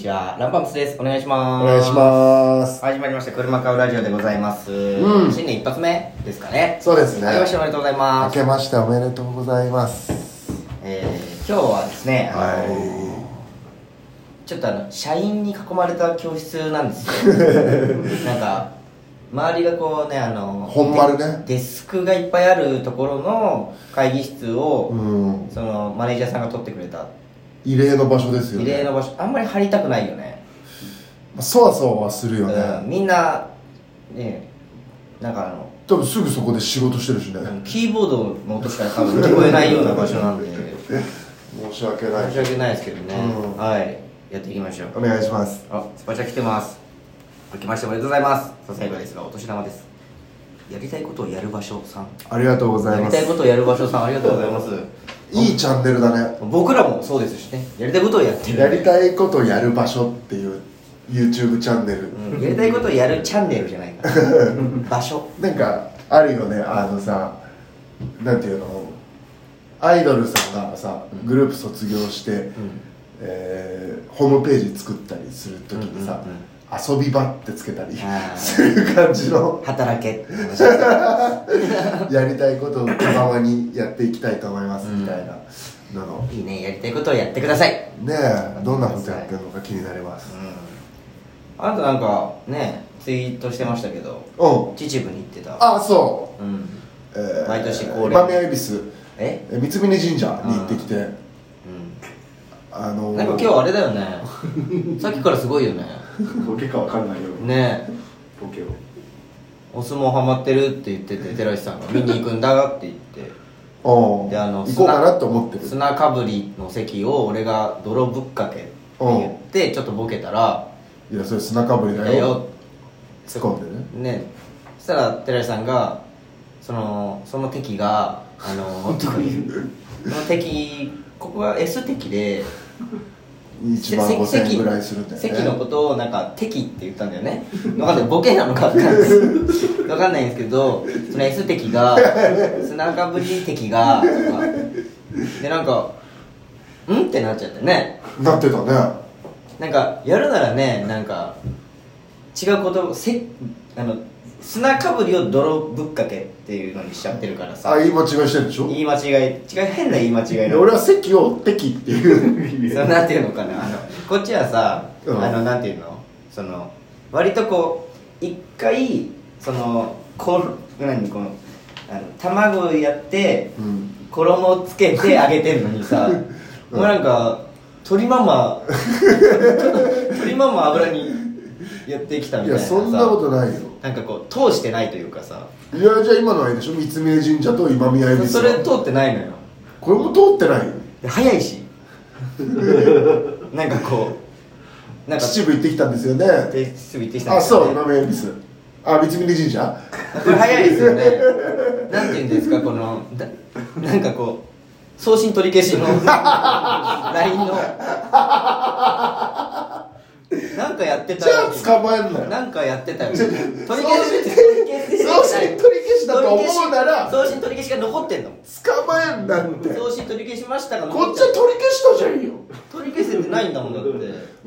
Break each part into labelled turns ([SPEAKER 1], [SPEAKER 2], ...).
[SPEAKER 1] じゃあ、ランパンプスです。お願いしま
[SPEAKER 2] お
[SPEAKER 1] す。
[SPEAKER 2] 願いします。
[SPEAKER 1] 始まりました、車買うラジオでございます。
[SPEAKER 2] うん
[SPEAKER 1] 新年一発目ですかね。
[SPEAKER 2] そうですね
[SPEAKER 1] ありましておめでとうございま
[SPEAKER 2] 明
[SPEAKER 1] す。
[SPEAKER 2] けましておめでとうございます。
[SPEAKER 1] えー、今日はですね、あの
[SPEAKER 2] は
[SPEAKER 1] ちょっとあの、社員に囲まれた教室なんです よ。なんか、周りがこうね、あの、
[SPEAKER 2] 本丸ね
[SPEAKER 1] デデスクがいっぱいあるところの会議室を
[SPEAKER 2] い。、うん。
[SPEAKER 1] その、マネージャーさんが取ってくれた。
[SPEAKER 2] 異例の場所ですよ
[SPEAKER 1] 異
[SPEAKER 2] ね。
[SPEAKER 1] 例の場所、あんまり入りたくないよね。
[SPEAKER 2] そわそわはするよ
[SPEAKER 1] う
[SPEAKER 2] ね。
[SPEAKER 1] んみんな、ね、なんかあの、
[SPEAKER 2] 多分すぐそこで仕事してるしね。
[SPEAKER 1] キーボードの音しか多分聞こえないような場所なんで
[SPEAKER 2] 申し訳な
[SPEAKER 1] 申し
[SPEAKER 2] い。
[SPEAKER 1] 訳ないですけどね、
[SPEAKER 2] うん
[SPEAKER 1] はいやっていきましょう
[SPEAKER 2] お願いします。
[SPEAKER 1] あスパチャ来てます明けましておめでとうございますささやかですがお年玉ですやりたいことをやる場所さん
[SPEAKER 2] ありがとうござい
[SPEAKER 1] やり
[SPEAKER 2] ま
[SPEAKER 1] たい
[SPEAKER 2] す
[SPEAKER 1] こ。とをやる場所さんありがとうございます
[SPEAKER 2] いいチャンネルだね。
[SPEAKER 1] 僕らもそうですしねやりたいことをやってる
[SPEAKER 2] やりたいことをやる場所っていう YouTube チャンネル。
[SPEAKER 1] うんやりたいことをやるチャンネルじゃないから 場所
[SPEAKER 2] なんかあるよねあのさなんていうのアイドルさんがさグループ卒業して、えーホームページ作ったりするときにさ、遊び場ってつけたり
[SPEAKER 1] あー
[SPEAKER 2] する感じの
[SPEAKER 1] 働けって話ですよ
[SPEAKER 2] やりたいことを気ままにやっていきたいと思いますみたいなのの、
[SPEAKER 1] いいねやりたいことをやってください
[SPEAKER 2] ねえどんなことやってるのか気になります、
[SPEAKER 1] うんあなたなんかねツイートしてましたけど
[SPEAKER 2] うん
[SPEAKER 1] 秩父に行ってた、
[SPEAKER 2] あそう
[SPEAKER 1] ん、
[SPEAKER 2] う、えー、
[SPEAKER 1] 毎年恒例
[SPEAKER 2] バミヤ恵比寿
[SPEAKER 1] え
[SPEAKER 2] えー三峯神社に行ってきて、あ
[SPEAKER 1] う
[SPEAKER 2] の
[SPEAKER 1] ん
[SPEAKER 2] ー
[SPEAKER 1] なんか今日あれだよねさっきからすごいよね
[SPEAKER 3] ボケかわかんないよ
[SPEAKER 1] ねえ
[SPEAKER 3] ボケを
[SPEAKER 1] お相撲ハマってるって言ってて寺石さんが見に行くんだって言って
[SPEAKER 2] お
[SPEAKER 1] であの
[SPEAKER 2] 行こうかなと思ってる
[SPEAKER 1] 砂かぶりの席を俺が泥ぶっかけって言ってちょっとボケたら
[SPEAKER 2] いやそれ砂かぶ
[SPEAKER 1] 「
[SPEAKER 2] りだ
[SPEAKER 1] だよ
[SPEAKER 2] よ」突っ込んでね
[SPEAKER 1] ねそしたら寺井さんがそのその敵があのとか言うその敵ここは S 敵で
[SPEAKER 2] 1万
[SPEAKER 1] せ
[SPEAKER 2] 5000
[SPEAKER 1] 席
[SPEAKER 2] 円ぐらいするんだよね
[SPEAKER 1] 席のことをなんか敵って言ったんだよね分かんないボケなのか分かんない 分かんないんですけどその S 敵が砂かぶり敵がとかでなんか「ん?」ってなっちゃってね
[SPEAKER 2] なってたね
[SPEAKER 1] なんかやるならねなんか違うことせあの砂かぶりを泥ぶっかけっていうのにしちゃってるからさ
[SPEAKER 2] あ言い間違いしてるでしょ
[SPEAKER 1] 言い間違い違い変な言い間違い
[SPEAKER 2] で
[SPEAKER 1] な
[SPEAKER 2] 俺は席を敵ってい う
[SPEAKER 1] そのなんていうのかなあのこっちはさ、
[SPEAKER 2] うん
[SPEAKER 1] あのなんていうのその割とこう一回そのこ何このあの卵をやって
[SPEAKER 2] うん
[SPEAKER 1] 衣をつけ て揚げてんのにさ、もうなんか鳥マ マ鳥ママ油にやってきたみ
[SPEAKER 2] い
[SPEAKER 1] たいな
[SPEAKER 2] や
[SPEAKER 1] さ
[SPEAKER 2] そんなことないよ
[SPEAKER 1] なんかこう通してないというかさ
[SPEAKER 2] いやじゃあ今のはいいでしょ三峯神社と今宮恵比寿
[SPEAKER 1] それ通ってないのよ
[SPEAKER 2] これも通ってないよ
[SPEAKER 1] で早い しなんかこうなんか
[SPEAKER 2] 秩父行ってきたんですよね
[SPEAKER 1] ですぐ行ってきたん
[SPEAKER 2] あ
[SPEAKER 1] ですよ
[SPEAKER 2] そう今宮恵比寿あ三峯 神社
[SPEAKER 1] これ早いですよねなんて言うんですかこのだなんかこう送信取り消しの LINE のなんかやってた
[SPEAKER 2] じゃあ捕まえんなよ
[SPEAKER 1] なんかやってたよ
[SPEAKER 2] じゃ
[SPEAKER 1] 取
[SPEAKER 2] あ
[SPEAKER 1] り消し
[SPEAKER 2] 送信
[SPEAKER 1] 取り消し
[SPEAKER 2] 送信取り消しだと思うなら
[SPEAKER 1] 送信取り消しが残ってんの
[SPEAKER 2] 捕まえんなんてこ
[SPEAKER 1] 送信取り消しましたが
[SPEAKER 2] っ
[SPEAKER 1] 残
[SPEAKER 2] ち
[SPEAKER 1] てん
[SPEAKER 2] は
[SPEAKER 1] の
[SPEAKER 2] 取り消したじゃんよ
[SPEAKER 1] 取り消せてないんだもんだって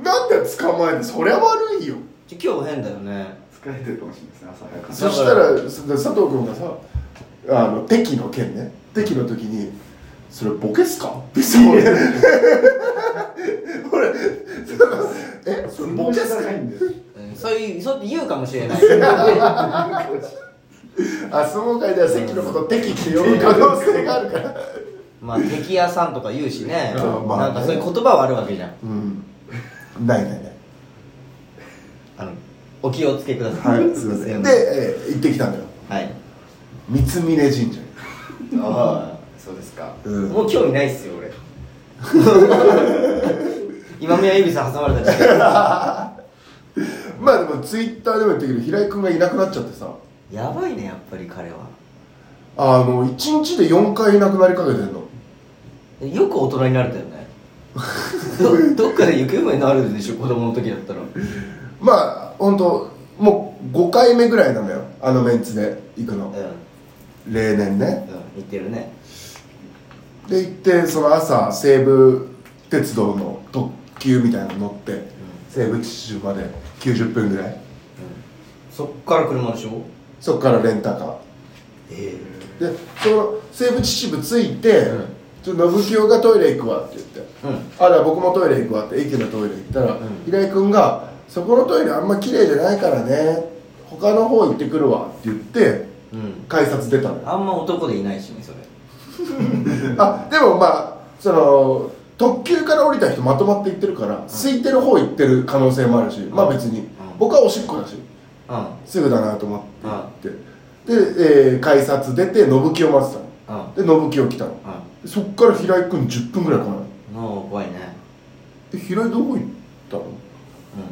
[SPEAKER 2] なんで捕まえんのそりゃ悪いよ
[SPEAKER 1] じゃあ今日変だよね
[SPEAKER 3] 疲れてるかもしれないですね朝早く
[SPEAKER 2] そしたらそ佐藤君がさあの敵の件ね敵の時に「それボケっすか?」って言 って俺俺そのえそれボケっすか
[SPEAKER 3] ないんです
[SPEAKER 1] うんそういうそう言うかもしれ ない
[SPEAKER 2] あ相撲界では関のこと敵って呼ぶ可能性があるから
[SPEAKER 1] まあ敵屋さんとか言うしね
[SPEAKER 2] あまあ
[SPEAKER 1] なんかそういう言葉はあるわけじゃん
[SPEAKER 2] うんないないない
[SPEAKER 1] あのお気をつけくださ。
[SPEAKER 2] はいいすいませんで、えー行ってきたんだよ
[SPEAKER 1] はい。
[SPEAKER 2] 三峯神社
[SPEAKER 1] ああ、そうですか。
[SPEAKER 2] うん
[SPEAKER 1] もう興味ないっす よ、俺。今宮恵比寿挟まれた時点
[SPEAKER 2] まあでもツイッターでも言ったけど平井君がいなくなっちゃってさ
[SPEAKER 1] でやばいね、やっぱり彼は。
[SPEAKER 2] あの1日で4回いなくなりかけてんの
[SPEAKER 1] よく大人になれたよね。どどっかで行方不明になるでしょ、子供の時だったら。
[SPEAKER 2] まあ本当もう5回目ぐらいなのよあのメンツで行く
[SPEAKER 1] う
[SPEAKER 2] の
[SPEAKER 1] ん、うん、
[SPEAKER 2] 例年ね
[SPEAKER 1] 言ってるね。
[SPEAKER 2] で行ってその朝西武鉄道の特急みたいなの乗って西部秩父まで90分ぐらい
[SPEAKER 1] そっから車でしょ
[SPEAKER 2] そこからレンタカ
[SPEAKER 1] え
[SPEAKER 2] ーでその西部秩父着いて、
[SPEAKER 1] ん
[SPEAKER 2] ちょっと信清がトイレ行くわって言って、
[SPEAKER 1] えうん
[SPEAKER 2] あら僕もトイレ行くわって駅のトイレ行ったら、
[SPEAKER 1] ん
[SPEAKER 2] 平井君が「そこのトイレあんま綺麗じゃないからね他の方行ってくるわ」って言って
[SPEAKER 1] うん
[SPEAKER 2] 改札出たのよ
[SPEAKER 1] あんま男でいないしねそれ
[SPEAKER 2] あでもまあその特急から降りた人まとまって行ってるから空いてる方行ってる可能性もあるし、まあ別に、僕はおしっこだし
[SPEAKER 1] うんうん
[SPEAKER 2] すぐだなと思って行って、で、えー改札出て信清待って
[SPEAKER 1] うん
[SPEAKER 2] たので信清来たのそっから平井君10分ぐらい来ない
[SPEAKER 1] の怖いね
[SPEAKER 2] え平井どこ行ったの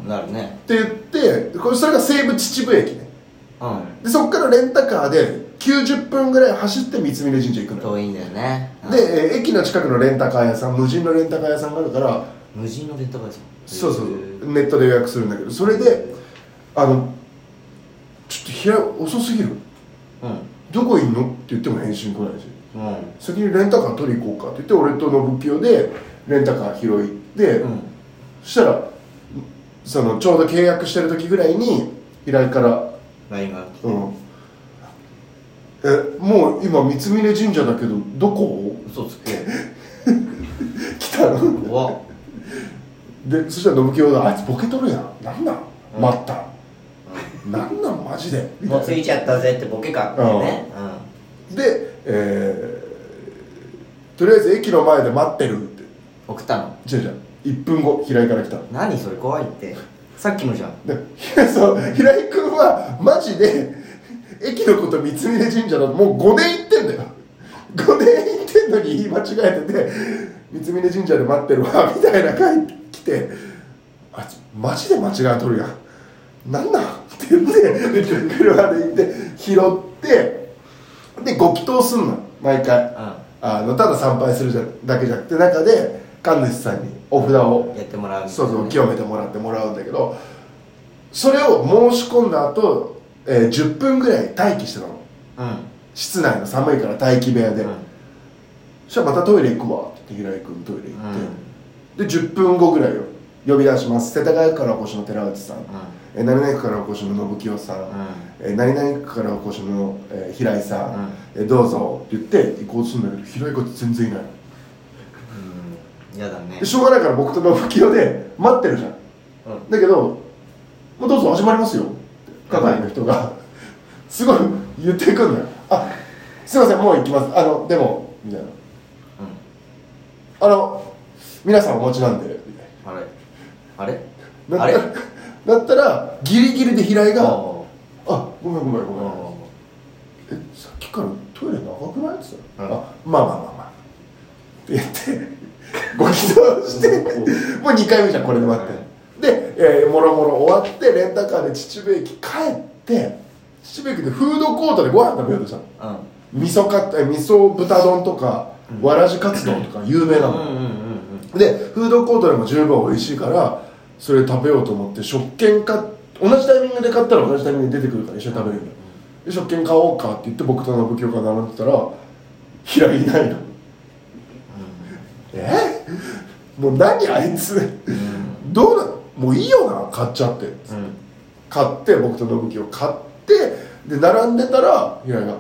[SPEAKER 1] うんなるね
[SPEAKER 2] って言ってこれそれが西武秩父駅ね
[SPEAKER 1] う
[SPEAKER 2] でそっからレンタカーで90分ぐらい走って三峯神社行く
[SPEAKER 1] ん
[SPEAKER 2] のよ
[SPEAKER 1] 遠いんだよねうん
[SPEAKER 2] で、えー駅の近くのレンタカー屋さん無人のレンタカー屋さんがあるから
[SPEAKER 1] 無人のレンタカーですもん
[SPEAKER 2] そう
[SPEAKER 1] へ
[SPEAKER 2] そう
[SPEAKER 1] え
[SPEAKER 2] ネットで予約するんだけどそれであのちょっと平井遅すぎる
[SPEAKER 1] うん
[SPEAKER 2] どこいんのって言っても返信来ないし
[SPEAKER 1] うん
[SPEAKER 2] 先にレンタカー取り行こうかって言って俺と信清でレンタカー拾い行って、
[SPEAKER 1] うん
[SPEAKER 2] そしたらそのちょうど契約してる時ぐらいに平井から
[SPEAKER 1] ラインが
[SPEAKER 2] 「うんえもう今三峯神社だけどどこ?
[SPEAKER 1] 嘘つけ」
[SPEAKER 2] 来たの
[SPEAKER 1] 怖っ
[SPEAKER 2] でそしたら信清が「あいつボケとるやんなんなん待ったんなんなんマジで」みた
[SPEAKER 1] も
[SPEAKER 2] いうな
[SPEAKER 1] ついちゃったぜってボケかってね
[SPEAKER 2] で、えーとりあえず駅の前で待ってるって
[SPEAKER 1] うん送ったの
[SPEAKER 2] 違う違う1分後平井から来た
[SPEAKER 1] 何それ怖いってさっきのじゃん
[SPEAKER 2] で ひそう平井君はマジで駅のこと三峯神社だともう5年行ってんだよ5年行ってんのに言い間違えてて「三峯神社で待ってるわ」みたいな回来て「あいつマジで間違えとるやんなんなん?」って言って車で行って拾ってでご祈祷すんの毎回
[SPEAKER 1] う
[SPEAKER 2] あのただ参拝するじゃだけじゃなくて中で神主さんにお札を
[SPEAKER 1] んやってもらうみたい
[SPEAKER 2] そう
[SPEAKER 1] な
[SPEAKER 2] そう
[SPEAKER 1] ね
[SPEAKER 2] 清めてもらってもらうんだけどそれを申し込んだ後、えー10分ぐらい待機してたの
[SPEAKER 1] うん
[SPEAKER 2] 室内の寒いから待機部屋で、
[SPEAKER 1] うん
[SPEAKER 2] そしたらまたトイレ行くわって言って平井君トイレ
[SPEAKER 1] う
[SPEAKER 2] 行
[SPEAKER 1] ん
[SPEAKER 2] って、で10分後ぐらいよ呼び出します世田谷区からお越しの寺内さん、えー何々区からお越しの信清さん、えー何々区からお越しの、えー平井さん、えーどうぞって言って行こうとするんだけど平井が全然いないの
[SPEAKER 1] うんやだね
[SPEAKER 2] でしょうがないから僕と信清で待ってるじゃん
[SPEAKER 1] うん
[SPEAKER 2] だけど「もうどうぞ始まりますよ」係の人がすごい言ってくんのよ「あすいませんもう行きますあのでも」みたいな「あの皆さんお待ちなんで」みたい
[SPEAKER 1] あれあれ
[SPEAKER 2] な
[SPEAKER 1] あ れ
[SPEAKER 2] だったらだったらギリギリで平井が「あ
[SPEAKER 1] お
[SPEAKER 2] ごめんごめん
[SPEAKER 1] ー
[SPEAKER 2] ごめん」
[SPEAKER 1] お
[SPEAKER 2] えさっきからトイレ長くない?」って言ったら
[SPEAKER 1] うん
[SPEAKER 2] あまあまあまあまあ」って言ってご祈祷してもう2回目じゃんこれで待って、
[SPEAKER 1] は
[SPEAKER 2] で、えーもろもろ終わってレンタカーで秩父駅帰って秩父駅でフードコートでご飯食べようとしたの
[SPEAKER 1] ー
[SPEAKER 2] 味噌かえ味噌豚丼とか、わらじカツ丼とか有名な
[SPEAKER 1] うんう
[SPEAKER 2] の、
[SPEAKER 1] んうんうん
[SPEAKER 2] でフードコートでも十分美味しいからそれ食べようと思って食券買っ同じタイミングで買ったら同じタイミングで出てくるから一緒に食べれるので食券買おうかって言って僕と信清が並んでたら平井いないの、えもう何あいつどうなのもういいよな買っちゃって
[SPEAKER 1] うんうん
[SPEAKER 2] 買って僕と信清買ってで並んでたら平井が「あ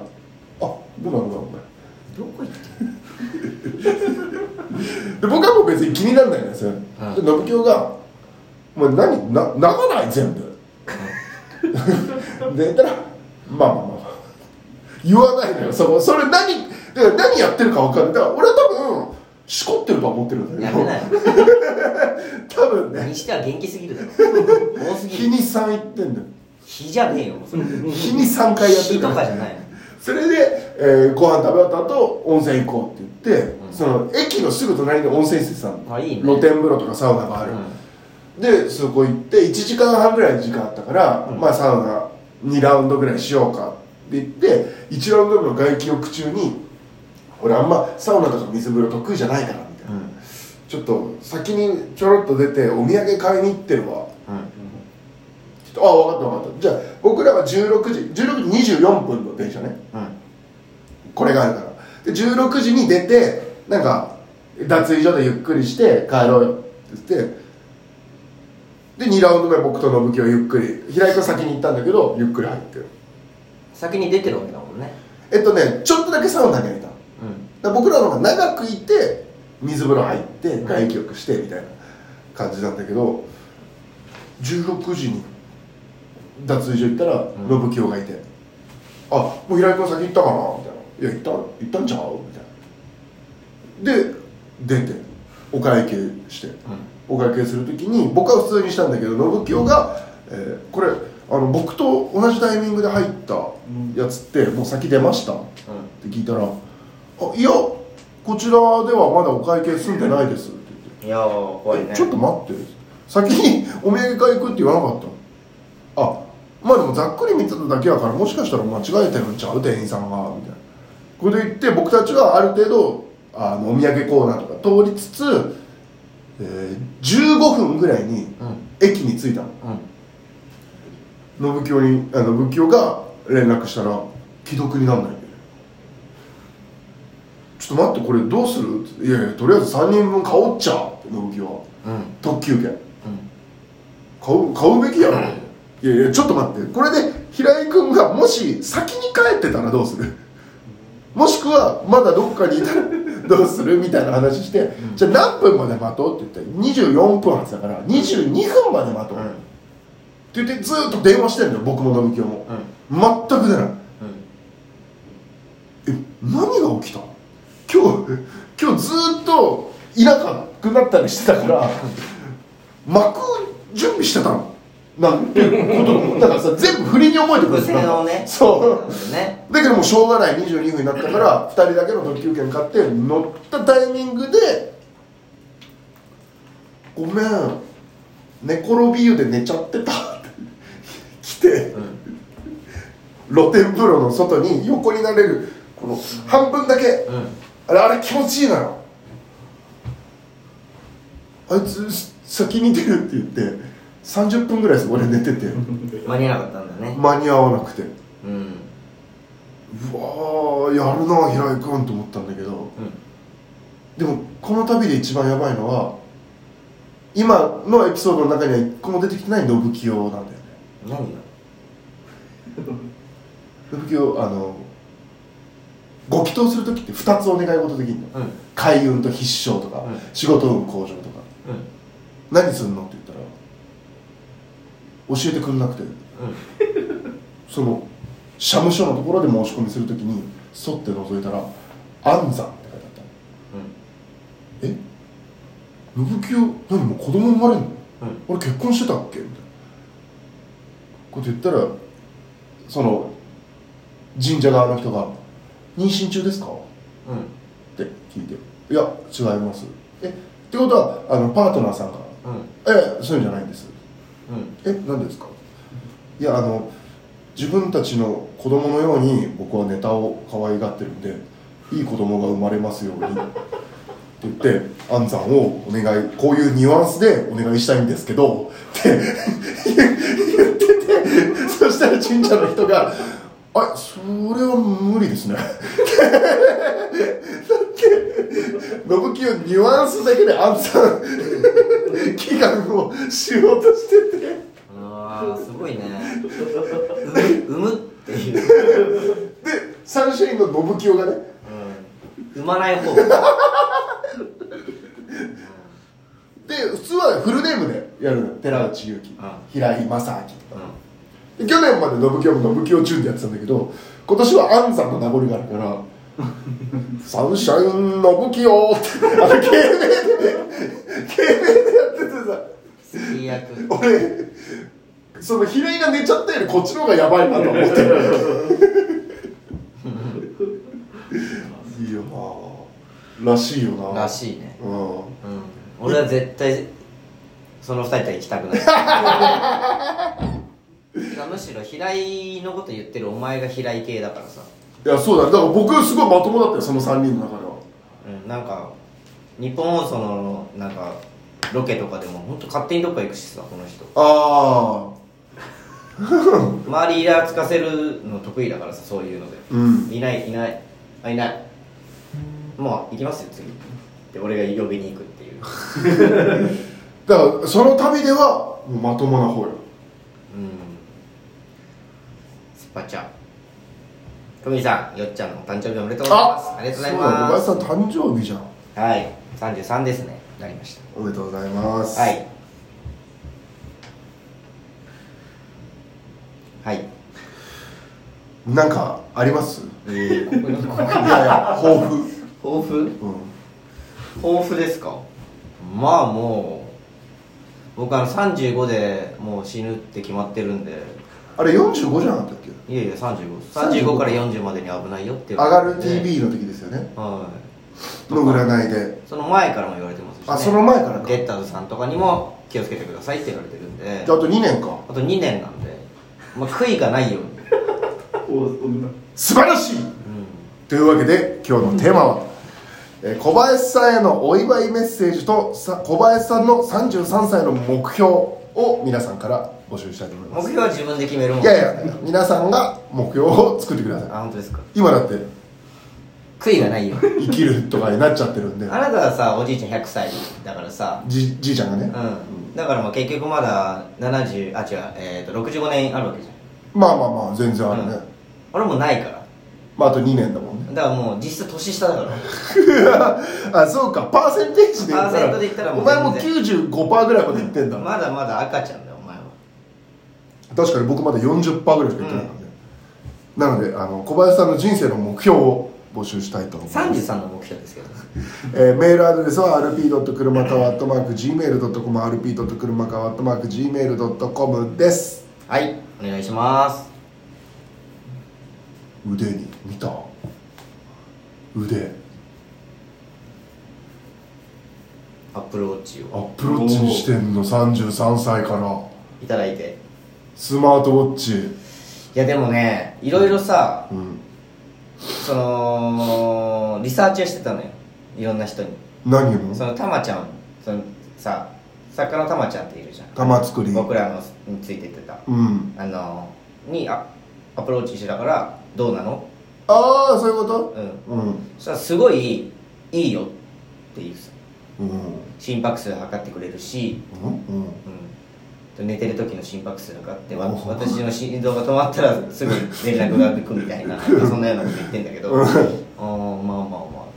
[SPEAKER 2] どうなんだお前」
[SPEAKER 1] どこ行って
[SPEAKER 2] で僕はもう別に気にならないんですよ、
[SPEAKER 1] うん
[SPEAKER 2] で信清が「もう何な長ない 全部」で言ったら「まあまあまあまあ」言わないのよそこそれ何だから何やってるか分かんないだから俺は多分しこってるとは思ってるんだ
[SPEAKER 1] や
[SPEAKER 2] けど
[SPEAKER 1] めなよ
[SPEAKER 2] 多分ね
[SPEAKER 1] にしては元気すぎるだろ多すぎ
[SPEAKER 2] 日
[SPEAKER 1] る
[SPEAKER 2] に3行ってんだよ
[SPEAKER 1] 日じゃねえよもうそれ
[SPEAKER 2] 日に3回やって
[SPEAKER 1] 日
[SPEAKER 2] る
[SPEAKER 1] と
[SPEAKER 2] ら
[SPEAKER 1] かじゃないの
[SPEAKER 2] それで、えーご飯食べ終わった後温泉行こうって言って、その駅のすぐ隣に温泉施設さん
[SPEAKER 1] あいいね
[SPEAKER 2] 露天風呂とかサウナがある、でそこ行って1時間半ぐらい時間あったから、まあサウナ2ラウンドぐらいしようかって言って1ラウンド目の外気浴中に俺あんまサウナとか水風呂得意じゃないからみたいな、
[SPEAKER 1] うん
[SPEAKER 2] ちょっと先にちょろっと出てお土産買いに行ってるわ
[SPEAKER 1] うん
[SPEAKER 2] ちょっとあ分かった分かったじゃあ僕らは16時16時24分の電車ね
[SPEAKER 1] うん
[SPEAKER 2] これがあるからで16時に出てなんか脱衣所でゆっくりして帰ろうよって言ってで2ラウンド目僕と信木はゆっくり平井君先に行ったんだけどゆっくり入ってる
[SPEAKER 1] 先に出てるわけだもんね
[SPEAKER 2] えっとねちょっとだけサウナに入ったの
[SPEAKER 1] う
[SPEAKER 2] だから僕らの方が長くいて水風呂入って外気浴してみたいな感じなんだけど16時に脱衣所行ったら
[SPEAKER 1] ん
[SPEAKER 2] 信清がいて「あもう平井君先行ったかな」みたいな「いや行った行ったんちゃう?」みたいなで出てお会計して、お会計するときに僕は普通にしたんだけど信清が、えーこれあの僕と同じタイミングで入ったやつってもう先出ました?」って聞いたら「あいやこちらではまだお会計済んでないです」って
[SPEAKER 1] んいやー
[SPEAKER 2] 言
[SPEAKER 1] 怖
[SPEAKER 2] って
[SPEAKER 1] い、ね
[SPEAKER 2] えちょっと待って」先にお土産会行くって言わなかったあまあでもざっくり見てただけやからもしかしたら間違えてるんちゃう店員さんがみたいなこと言って僕たちはある程度あのお土産コーナーとか通りつつ、えー15分ぐらいに
[SPEAKER 1] うん
[SPEAKER 2] 駅に着いたの
[SPEAKER 1] うん
[SPEAKER 2] 信清にあ信清が連絡したら既読になんないんだよねちょっと待ってこれどうする?」って「いやいやとりあえず3人分買おっちゃう」って信清は
[SPEAKER 1] うん
[SPEAKER 2] 特急券買う買うべきやろいやいやちょっと待ってこれで平井君がもし先に帰ってたらどうする もしくはまだどっかにいたらどうするみたいな話して、じゃあ何分まで待とうって言って24分発だから22分まで待とう、
[SPEAKER 1] うん
[SPEAKER 2] って言ってずーっと電話してんのよ僕も信清も、
[SPEAKER 1] うん
[SPEAKER 2] 全く出ないえ何が起きた今日今日ずーっといなくなったりしてた から幕準備してたのなんてことだからさ全部振りに思えてくるんです
[SPEAKER 1] 伏線をね
[SPEAKER 2] そう
[SPEAKER 1] うんね
[SPEAKER 2] だけどもうしょうがない22分になったから2人だけの特急券買って乗ったタイミングで「ごめん寝転び湯で寝ちゃってた」 って来て
[SPEAKER 1] うん
[SPEAKER 2] 露天風呂の外に横になれるこの半分だけ
[SPEAKER 1] うん
[SPEAKER 2] あれあれ気持ちいいのよあいつ先に出るって言って30分ぐらいそこで寝てて
[SPEAKER 1] 間に合わなかったんだね
[SPEAKER 2] 間に合わなくて
[SPEAKER 1] うんうん
[SPEAKER 2] うわーやるな平井君と思ったんだけどでもこの旅で一番やばいのは今のエピソードの中には一個も出てきてない信清なんだよね
[SPEAKER 1] 何が
[SPEAKER 2] 信清あのご祈祷する時って2つお願い事できるの
[SPEAKER 1] うん
[SPEAKER 2] 開運と必勝とか、
[SPEAKER 1] うん
[SPEAKER 2] 仕事運向上とか
[SPEAKER 1] うん
[SPEAKER 2] 何すんのって言ったら教えてくんなくて
[SPEAKER 1] うん
[SPEAKER 2] その社務所のところで申し込みするときに沿って覗いたら「安産」って書いてあったのえ信清何もう子供生まれ
[SPEAKER 1] う
[SPEAKER 2] んの
[SPEAKER 1] ん
[SPEAKER 2] 俺結婚してたっけみたいなこと言ったらその神社側の人が「妊娠中ですか?」
[SPEAKER 1] うんうん
[SPEAKER 2] って聞いて「いや違います」えってことはあのパートナーさんが
[SPEAKER 1] うん
[SPEAKER 2] 「ええそういうんじゃないんです」
[SPEAKER 1] うん
[SPEAKER 2] え何でですかいやあの自分たちの子供のように僕はネタを可愛がってるんでいい子供が生まれますようにって言って安産をお願いこういうニュアンスでお願いしたいんですけどって言っててそしたら神社の人が「あそれは無理ですね」だって信清ニュアンスだけで安産 祈願をしようとしてて。
[SPEAKER 1] ああすごい ね産む産むっていう
[SPEAKER 2] でサンシャインの信清がね
[SPEAKER 1] うん産まない方が
[SPEAKER 2] で普通はフルネームでやるの寺内優希、平井正明で去年まで信清も信清チューンでやってたんだけど今年は安産の名残がある から「サンシャイン信清」ってあの芸名で芸名でやっててさ
[SPEAKER 1] 最悪
[SPEAKER 2] 俺その平井が寝ちゃったよりこっちの方がやばいな と思っていいよならしいよな
[SPEAKER 1] らしいね
[SPEAKER 2] うん
[SPEAKER 1] うん俺は絶対その二人とは行きたくないいやむしろ平井のこと言ってるお前が平井系だからさ、
[SPEAKER 2] いやそうだだから僕すごいまともだったよその3人の中では
[SPEAKER 1] うん、なんか日本放送のなんかロケとかでも本当勝手にどっか行くしさこの人
[SPEAKER 2] あ
[SPEAKER 1] 周りイラつかせるの得意だからさそういうので、
[SPEAKER 2] うん
[SPEAKER 1] いないいないあいないもう行きますよ次で俺が呼びに行くっていう
[SPEAKER 2] あだからその旅ではもうまともな方
[SPEAKER 1] う
[SPEAKER 2] よ
[SPEAKER 1] んスパチャトミーさんよっちゃんのお誕生日おめでとうございますありがとうございます
[SPEAKER 2] そうだ小林さん誕生日じゃん
[SPEAKER 1] はい33ですねなりまし
[SPEAKER 2] おめでとうございます
[SPEAKER 1] たはいはい
[SPEAKER 2] なんかあります
[SPEAKER 1] え
[SPEAKER 2] いやいや抱負
[SPEAKER 1] 抱負
[SPEAKER 2] うん
[SPEAKER 1] 抱負ですかまあもう僕あの35でもう死ぬって決まってるんで
[SPEAKER 2] あれ45じゃなかったっけ
[SPEAKER 1] いやいや3535から40までに危ないよって
[SPEAKER 2] 上がる
[SPEAKER 1] 言われて
[SPEAKER 2] TV の時ですよね
[SPEAKER 1] はい
[SPEAKER 2] の占いで
[SPEAKER 1] その前からも言われてますし、ね、
[SPEAKER 2] あその前からか
[SPEAKER 1] ゲッターズさんとかにも気をつけてくださいって言われてるんで
[SPEAKER 2] あ
[SPEAKER 1] あと
[SPEAKER 2] と2年か
[SPEAKER 1] 2年なんで、まあ、悔いがないように、
[SPEAKER 3] お女
[SPEAKER 2] 素晴らしいというわけで今日のテーマは、えー小林さんへのお祝いメッセージとさ小林さんの33歳の目標を皆さんから募集したいと思い
[SPEAKER 1] うん、
[SPEAKER 2] ま
[SPEAKER 1] 目
[SPEAKER 2] す
[SPEAKER 1] 標は自分で決めるもん
[SPEAKER 2] いやいや皆さんが目標を作ってください
[SPEAKER 1] あ本当ですか
[SPEAKER 2] 今だって
[SPEAKER 1] 悔いがないように
[SPEAKER 2] 生きるとかになっちゃってるんで
[SPEAKER 1] あなたはさおじいちゃん100歳だからさ
[SPEAKER 2] じじいちゃんがね、
[SPEAKER 1] うんだからまあ結局まだ70あ違う、えー、と65年あるわけじゃん
[SPEAKER 2] まあまあまあ全然あるね、
[SPEAKER 1] うん俺もうないから
[SPEAKER 2] まああと2年だもんね
[SPEAKER 1] だからもう実質年下だから
[SPEAKER 2] あそうかパーセンテージで言ったら
[SPEAKER 1] パーセントで言ったらも
[SPEAKER 2] お
[SPEAKER 1] う
[SPEAKER 2] 前も
[SPEAKER 1] 全
[SPEAKER 2] 95%ぐらいまでいってんだ、
[SPEAKER 1] まだまだ赤ちゃんだよお前は
[SPEAKER 2] 確かに僕まだ40%ぐらいしかいってないからね、なのであの小林さんの人生の目標を募集したいと思います、
[SPEAKER 1] 33の目標ですけど
[SPEAKER 2] えーメールアドレスは rp. 車川アットマーク gmail.com rp. 車川アットマーク gmail.com です
[SPEAKER 1] はいお願いします
[SPEAKER 2] 腕に見た腕
[SPEAKER 1] アップルウォッチ
[SPEAKER 2] ア
[SPEAKER 1] を
[SPEAKER 2] ップローチにしてんの33歳から
[SPEAKER 1] いただいて
[SPEAKER 2] スマートウォッチ
[SPEAKER 1] いやでもねいろいろさ
[SPEAKER 2] うん
[SPEAKER 1] そのリサーチをしてたのよいろんな人に
[SPEAKER 2] 何を
[SPEAKER 1] そのたまちゃんそのさ作家のたまちゃんっているじゃん
[SPEAKER 2] 玉作り
[SPEAKER 1] 僕らのについてってた
[SPEAKER 2] うん
[SPEAKER 1] あのーにあアプローチしてたからどうなの
[SPEAKER 2] ああそういうこと
[SPEAKER 1] うん
[SPEAKER 2] うん
[SPEAKER 1] そしたらすごいいいよって言うさ
[SPEAKER 2] うん
[SPEAKER 1] 心拍数測ってくれるし、
[SPEAKER 2] うんうん
[SPEAKER 1] うん、寝てる時の心拍数測ってわ
[SPEAKER 2] お
[SPEAKER 1] 私の心臓が止まったらすぐ連絡が来るみたいなそんなようなこと言ってんだけどあーまあまあ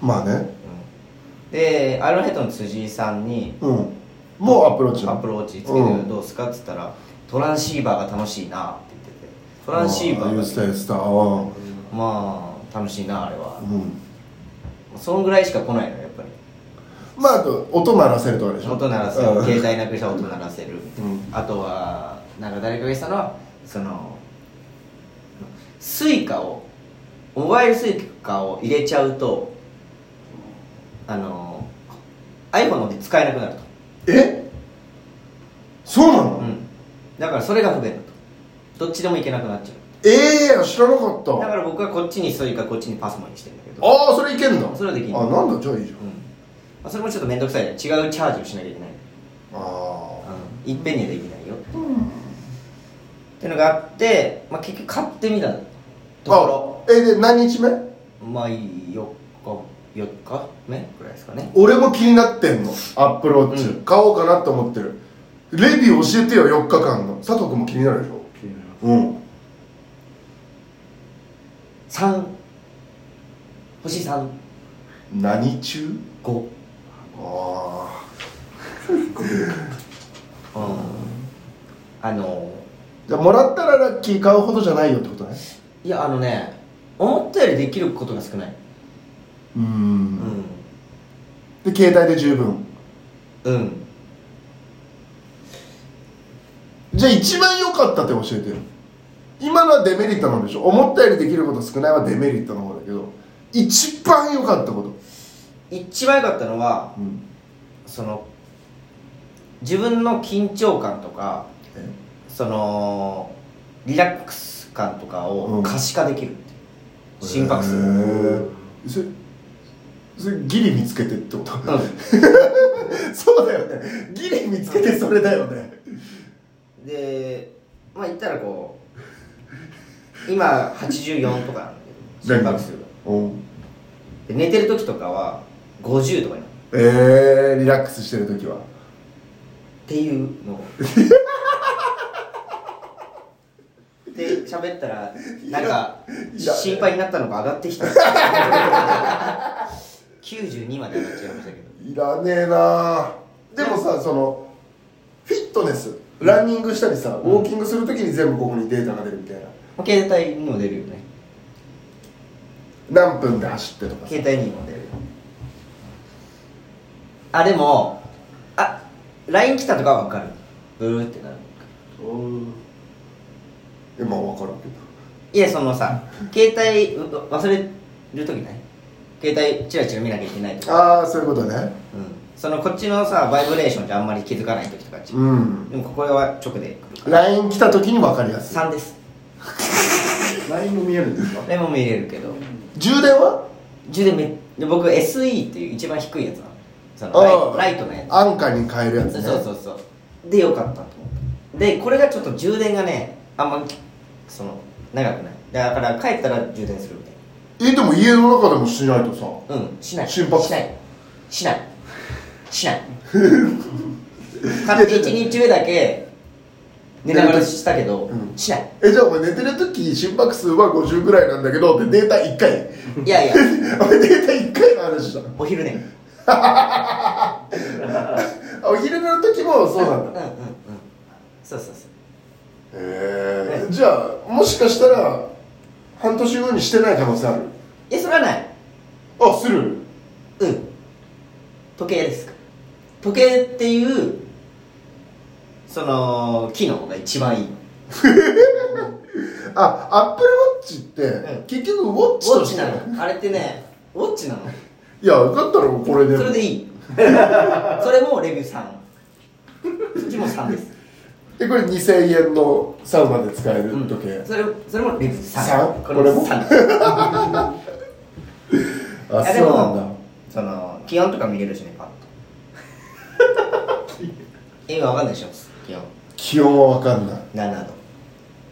[SPEAKER 1] まあ、
[SPEAKER 2] まあね
[SPEAKER 1] うん、でアイロンヘッドの辻井さんに
[SPEAKER 2] うんもうアップローチ
[SPEAKER 1] ア
[SPEAKER 2] なの
[SPEAKER 1] ップローチつけて
[SPEAKER 2] うん
[SPEAKER 1] どうすか?」っつったら、トランシーバーが楽しいな」って言っててトランシーバー
[SPEAKER 2] ああ
[SPEAKER 1] が
[SPEAKER 2] 言ってた言ってたうん
[SPEAKER 1] まあ楽しいなあれは
[SPEAKER 2] うん
[SPEAKER 1] そんぐらいしか来ないのよやっぱり
[SPEAKER 2] まああと音鳴らせるとかでしょ
[SPEAKER 1] 音鳴らせる
[SPEAKER 2] うん
[SPEAKER 1] 携帯なくしたら音鳴らせる、
[SPEAKER 2] うん
[SPEAKER 1] あとはなんか誰かが言ってたのはそのスイカをモバイルスイカを入れちゃうとあの iPhone ので使えなくなると、
[SPEAKER 2] えそうな
[SPEAKER 1] う
[SPEAKER 2] の
[SPEAKER 1] ん、だからそれが不便だとどっちでもいけなくなっちゃう
[SPEAKER 2] ええ知らなかった
[SPEAKER 1] だから僕はこっちにスイカこっちにパスモにしてるんだけど、
[SPEAKER 2] ああそれいけんだ
[SPEAKER 1] それはできる
[SPEAKER 2] あなんだじゃあいいじゃん
[SPEAKER 1] うんまあ、それもちょっと面倒くさいね違うチャージをしなきゃいけない
[SPEAKER 2] あ
[SPEAKER 1] うんいっぺんにはできないよ、っていうのがあって、まあ、結局買ってみたのとこ
[SPEAKER 2] あえで何日目
[SPEAKER 1] ろまあ4日4日目ぐらいですかね
[SPEAKER 2] 俺も気になってんのアップローチ
[SPEAKER 1] うん
[SPEAKER 2] 買おうかなと思ってるレビュー教えてよ4日間の佐藤君も気になるでしょ
[SPEAKER 3] 気になりま
[SPEAKER 2] うん
[SPEAKER 1] 3星35
[SPEAKER 2] 何中ああ
[SPEAKER 1] うんあの
[SPEAKER 2] じゃあもらったらラッキー買うほどじゃないよってことね
[SPEAKER 1] いやあのね思ったよりできることが少ない
[SPEAKER 2] うん
[SPEAKER 1] ん
[SPEAKER 2] で携帯で十分
[SPEAKER 1] うん
[SPEAKER 2] じゃあ一番良かったって教えてよ今のはデメリットなんでしょ思ったよりできること少ないはデメリットの方だけど一番良かったこと
[SPEAKER 1] 一番良かったのは
[SPEAKER 2] うん
[SPEAKER 1] その自分の緊張感とか
[SPEAKER 2] え
[SPEAKER 1] そのリラックス感とか
[SPEAKER 2] う
[SPEAKER 1] を
[SPEAKER 2] ん
[SPEAKER 1] 可視化できるっていう心拍数、
[SPEAKER 2] へ
[SPEAKER 1] うん、
[SPEAKER 2] ーそれそれギリ見つけてってこと そうだよねギリ見つけてそれだよね
[SPEAKER 1] でまあ言ったらこう今84とかなんだけど心拍数が
[SPEAKER 2] うん
[SPEAKER 1] で寝てる時とかは50とかになる
[SPEAKER 2] えー、リラックスしてる時は
[SPEAKER 1] っていうので喋ったらなんか
[SPEAKER 2] いや
[SPEAKER 1] 心配になったのが上がってき た92まで上がっちゃいましたけど
[SPEAKER 2] いらねえなでもさそのフィットネスランニングしたりさ、ウォーキングするときに全部ここにデータが出るみたいな
[SPEAKER 1] まあ携帯にも出るよね
[SPEAKER 2] 何分で走ってとかさ
[SPEAKER 1] 携帯にも出るあでもあ LINE 来たとかは分かるブルーってなる
[SPEAKER 2] えまあ分からんけど
[SPEAKER 1] いやそのさ携帯う忘れる時ない携帯チラチラ見なきゃいけないとか、
[SPEAKER 2] ああそういうことね
[SPEAKER 1] うん、そのこっちのさバイブレーションってあんまり気づかない時とか
[SPEAKER 2] う
[SPEAKER 1] で
[SPEAKER 2] ん
[SPEAKER 1] もここは直で来る
[SPEAKER 2] LINE 来た時に分かりやすい
[SPEAKER 1] 3です
[SPEAKER 2] LINE も見えるんですか
[SPEAKER 1] でも見れるけど
[SPEAKER 2] 充電は
[SPEAKER 1] 充電めで僕 SE っていう一番低いやつなのそ
[SPEAKER 2] あ
[SPEAKER 1] の
[SPEAKER 2] ー
[SPEAKER 1] ライトライトのや
[SPEAKER 2] 安価に買えるやつ
[SPEAKER 1] つ、
[SPEAKER 2] ね
[SPEAKER 1] そうそうそうでよかったと思ったでこれがちょっと充電がねあんまその長くないだから帰ったら充電するみたい
[SPEAKER 2] えでも家の中でもしないとさ
[SPEAKER 1] なうんしない
[SPEAKER 2] 心拍数
[SPEAKER 1] しないしないし ないたった1日目だけ寝ながらしたけど、
[SPEAKER 2] うん
[SPEAKER 1] しない
[SPEAKER 2] えじゃあお前寝てる時心拍数は50ぐらいなんだけどでデータ1回
[SPEAKER 1] いやいや
[SPEAKER 2] お前データ1回の話した
[SPEAKER 1] お昼寝
[SPEAKER 2] あお昼寝の時もそうなんだ
[SPEAKER 1] うんうんうんそうそうそう
[SPEAKER 2] へえじゃあもしかしたら半年後にしてない可能性ある
[SPEAKER 1] えそれはない
[SPEAKER 2] あする
[SPEAKER 1] うん時計ですか時計っていうその機能が一番いい
[SPEAKER 2] あアップルウォッチって、
[SPEAKER 1] うん
[SPEAKER 2] 結局ウォッチ
[SPEAKER 1] ウォ
[SPEAKER 2] と
[SPEAKER 1] ッ
[SPEAKER 2] し
[SPEAKER 1] チ
[SPEAKER 2] て
[SPEAKER 1] なのあれってねウォッチなの
[SPEAKER 2] いやだったらこれで
[SPEAKER 1] それで
[SPEAKER 2] い
[SPEAKER 1] い いそれもレビュー3そっちも3です、
[SPEAKER 2] えこれ2000円のサウナで使える
[SPEAKER 1] うん
[SPEAKER 2] 時計、
[SPEAKER 1] それそれもレビュー3
[SPEAKER 2] 三これも
[SPEAKER 1] 3です
[SPEAKER 2] あ
[SPEAKER 1] いやで
[SPEAKER 2] そうなんだ
[SPEAKER 1] もその気温とか見れるしねパッと 今わかんないでしょ気温
[SPEAKER 2] 気温は分かんない
[SPEAKER 1] 7度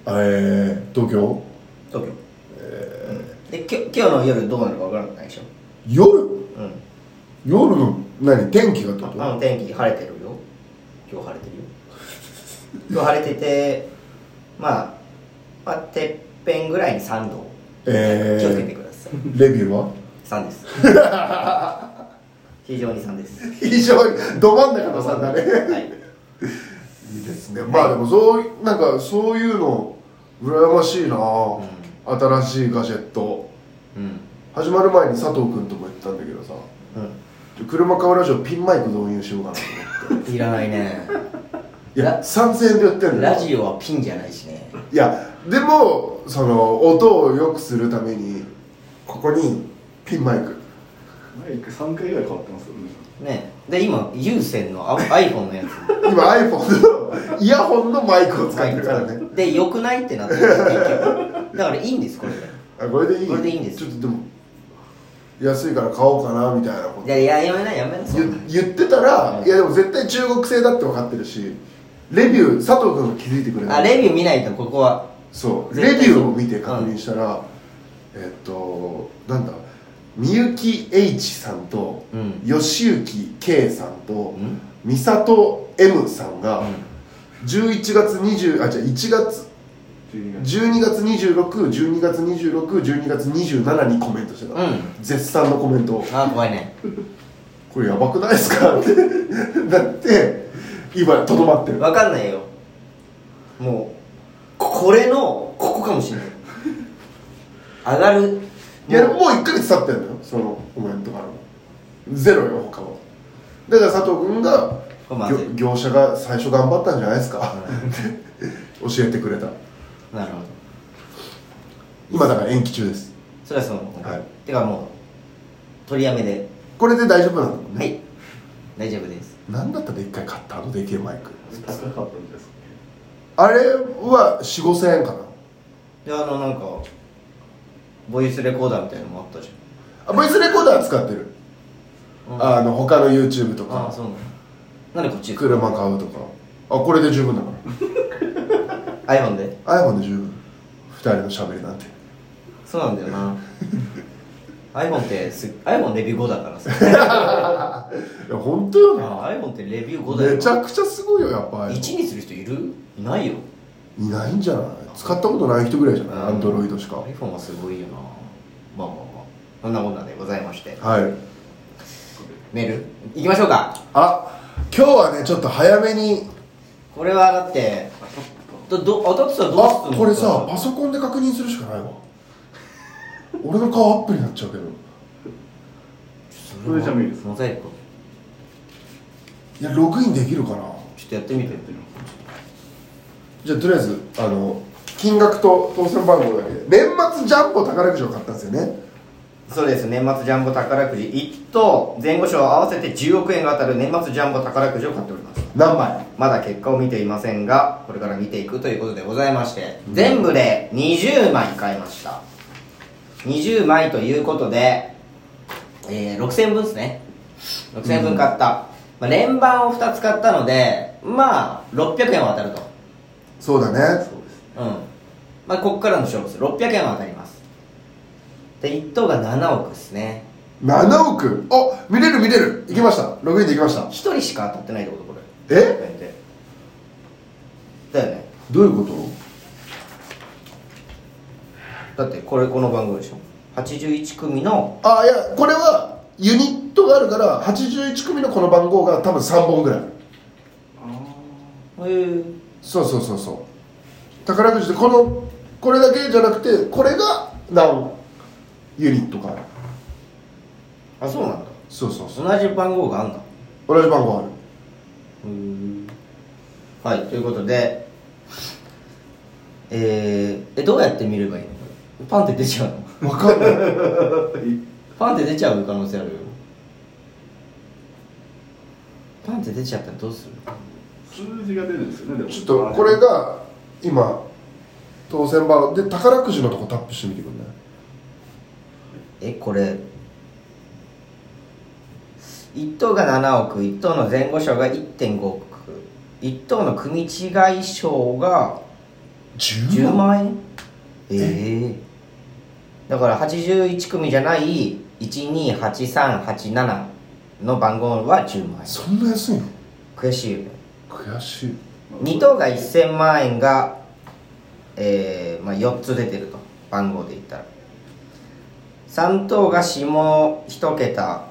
[SPEAKER 2] えー、東京
[SPEAKER 1] 東京えできょ今日の夜どうなるかわからないでしょ
[SPEAKER 2] 夜
[SPEAKER 1] うん
[SPEAKER 2] 夜の何天気がってこ
[SPEAKER 1] あ
[SPEAKER 2] と
[SPEAKER 1] の天気晴れてるよ今日晴れてるよ 今日晴れててまあ、まあ、てっぺんぐらいに3度
[SPEAKER 2] え
[SPEAKER 1] 気をつけて
[SPEAKER 2] ー、
[SPEAKER 1] ください、
[SPEAKER 2] レビューは
[SPEAKER 1] 3です 非常に3です
[SPEAKER 2] 非常にど真ん中のさんだね
[SPEAKER 1] はい
[SPEAKER 2] いいですねまあでもそういなんかそういうの羨ましいな、新しいガジェット
[SPEAKER 1] うん
[SPEAKER 2] 始まる前に佐藤君とも言ったんだけどさ車買うラジオピンマイク導入しようかなと思って
[SPEAKER 1] うんいらないね
[SPEAKER 2] いや
[SPEAKER 1] ラ
[SPEAKER 2] 3000円でやってるの
[SPEAKER 1] ラジオはピンじゃないしね
[SPEAKER 2] いやでもその音を良くするためにここにピンマイク
[SPEAKER 3] マイク3回ぐらい変わってますよね
[SPEAKER 1] ねで今有線のあ iPhone のやつ
[SPEAKER 2] 今 iPhone のイヤホンのマイクを使ってるからね
[SPEAKER 1] で良くないってなってる結局だからいいんですこれで
[SPEAKER 2] あこれでいい
[SPEAKER 1] これでいいんです
[SPEAKER 2] ちょっとでも安いから買おうかなみたいなこと
[SPEAKER 1] いやいややめないやめないそんな
[SPEAKER 2] 言言ってたら、いやでも絶対中国製だって分かってるしレビュー佐藤君が気づいてくれた
[SPEAKER 1] あレビュー見ないとここは
[SPEAKER 2] そう
[SPEAKER 1] 絶対そ
[SPEAKER 2] レ
[SPEAKER 1] う
[SPEAKER 2] ビューを見て確認したら、えっとなんだみゆき H さんと、
[SPEAKER 1] うん
[SPEAKER 2] 吉行 K さんと、
[SPEAKER 1] ん
[SPEAKER 2] みさと M さんが、
[SPEAKER 1] ん
[SPEAKER 2] 11月20あじゃ1月
[SPEAKER 3] 12
[SPEAKER 2] 12月
[SPEAKER 3] 月
[SPEAKER 2] 2612月2612月27にコメントしてた、
[SPEAKER 1] うん
[SPEAKER 2] 絶賛のコメントを
[SPEAKER 1] あ怖いね
[SPEAKER 2] これやばくないですか ってだって今とどまってる
[SPEAKER 1] 分かんないよもうここれのここかもしれない上がる
[SPEAKER 2] いやもう1ヶ月経ってんのよそのコメントからもゼロよ他はだから佐藤君が
[SPEAKER 1] これまずい
[SPEAKER 2] 業業者が最初頑張ったんじゃないですか、 教えてくれた
[SPEAKER 1] なるほど
[SPEAKER 2] 今だから延期中です
[SPEAKER 1] それはその
[SPEAKER 2] はい
[SPEAKER 1] てかもう取りやめで、
[SPEAKER 2] これで大丈夫なの
[SPEAKER 1] は
[SPEAKER 2] ね、
[SPEAKER 1] い大丈夫です
[SPEAKER 2] 何だったら一回買ったあのでけえマイク
[SPEAKER 3] 高かったんです
[SPEAKER 2] あれは4 5千円かな
[SPEAKER 1] であのなんかボイスレコーダーみたいなのもあったじ
[SPEAKER 2] あボイスレコーダー使ってる、
[SPEAKER 1] ゃん、
[SPEAKER 2] あの他の YouTube と
[SPEAKER 1] あ
[SPEAKER 2] か
[SPEAKER 1] あそうなのなんでこっち
[SPEAKER 2] 車買うとかあこれで十分だか
[SPEAKER 1] iPhone で
[SPEAKER 2] ら iPhone で十分2人の喋りなんて
[SPEAKER 1] そう なんだよな iPhone ってす iPhone レビュー後だからさ
[SPEAKER 2] いや本当よな
[SPEAKER 1] iPhone ってレビュー5だよ
[SPEAKER 2] めちゃくちゃすごいよやっぱ iPhone
[SPEAKER 1] 1にする人いるいないよ
[SPEAKER 2] いないんじゃない使ったことない人ぐらいじゃないアンドロイドしかはい
[SPEAKER 1] iPhone はすごいよなまあまあまあそんなこんなでございましてメール行きましょうか
[SPEAKER 2] あ今日はねちょっと早めに
[SPEAKER 1] これはだってどど当たってたらどうすん
[SPEAKER 2] あ
[SPEAKER 1] の
[SPEAKER 2] これさパソコンで確認するしかないわ 俺の顔アップになっちゃうけど
[SPEAKER 3] これじゃ見る
[SPEAKER 1] モザイク
[SPEAKER 2] いやログインできるかな
[SPEAKER 1] ちょっとやってみて
[SPEAKER 2] じゃあとりあえずあの金額と当選番号だけで年末ジャンボ宝くじを買ったんですよね
[SPEAKER 1] そうです年末ジャンボ宝くじ1等前後賞合わせて10億円が当たる年末ジャンボ宝くじを買っております
[SPEAKER 2] 何枚
[SPEAKER 1] まだ結果を見ていませんがこれから見ていくということでございまして、全部で20枚買いました20枚ということで、えー、6000分ですね6000分買った、まあ、連番を2つ買ったのでまあ600円は当たると
[SPEAKER 2] そうだね
[SPEAKER 3] そうです
[SPEAKER 1] うんまあこっからの勝負です600円は当たりますで1等が7億ですね
[SPEAKER 2] 7億あ見れる見れるいきましたログインできました
[SPEAKER 1] 1人しか当たってないってことこれ
[SPEAKER 2] え
[SPEAKER 1] 100円でだよね
[SPEAKER 2] どういうこと
[SPEAKER 1] だってこれこの番組でしょ81組の
[SPEAKER 2] あいやこれはユニットがあるから81組のこの番号が多分3本ぐらいある
[SPEAKER 3] あ
[SPEAKER 1] えー、
[SPEAKER 2] そうそうそうそう宝くじでこのこれだけじゃなくてこれが何ユニットかある
[SPEAKER 1] あそうなんだ
[SPEAKER 2] そうそうそう
[SPEAKER 1] 同じ番号があんだ
[SPEAKER 2] 同じ番号ある
[SPEAKER 1] うんはいということでえー、えどうやって見ればいいのこれパンって出ちゃうの
[SPEAKER 2] わかんない
[SPEAKER 3] ーい
[SPEAKER 1] パンって出ちゃう可能性あるよパンって出ちゃったらどうする
[SPEAKER 3] 数字が出るんですよねでも
[SPEAKER 2] ちょっとこれが今当選番で宝くじのとこタップしてみてくんない
[SPEAKER 1] えこれ1等が7億1等の前後賞が1.5億1等の組違い賞が
[SPEAKER 2] 10
[SPEAKER 1] 10
[SPEAKER 2] 万
[SPEAKER 1] 万円ええだから81組じゃない128387の番号は10万円
[SPEAKER 2] そんな安いの
[SPEAKER 1] 悔しいよね
[SPEAKER 2] 悔しい
[SPEAKER 1] 2等が1000万円が、えーまあ、4つ出てると番号で言ったら3等が下1桁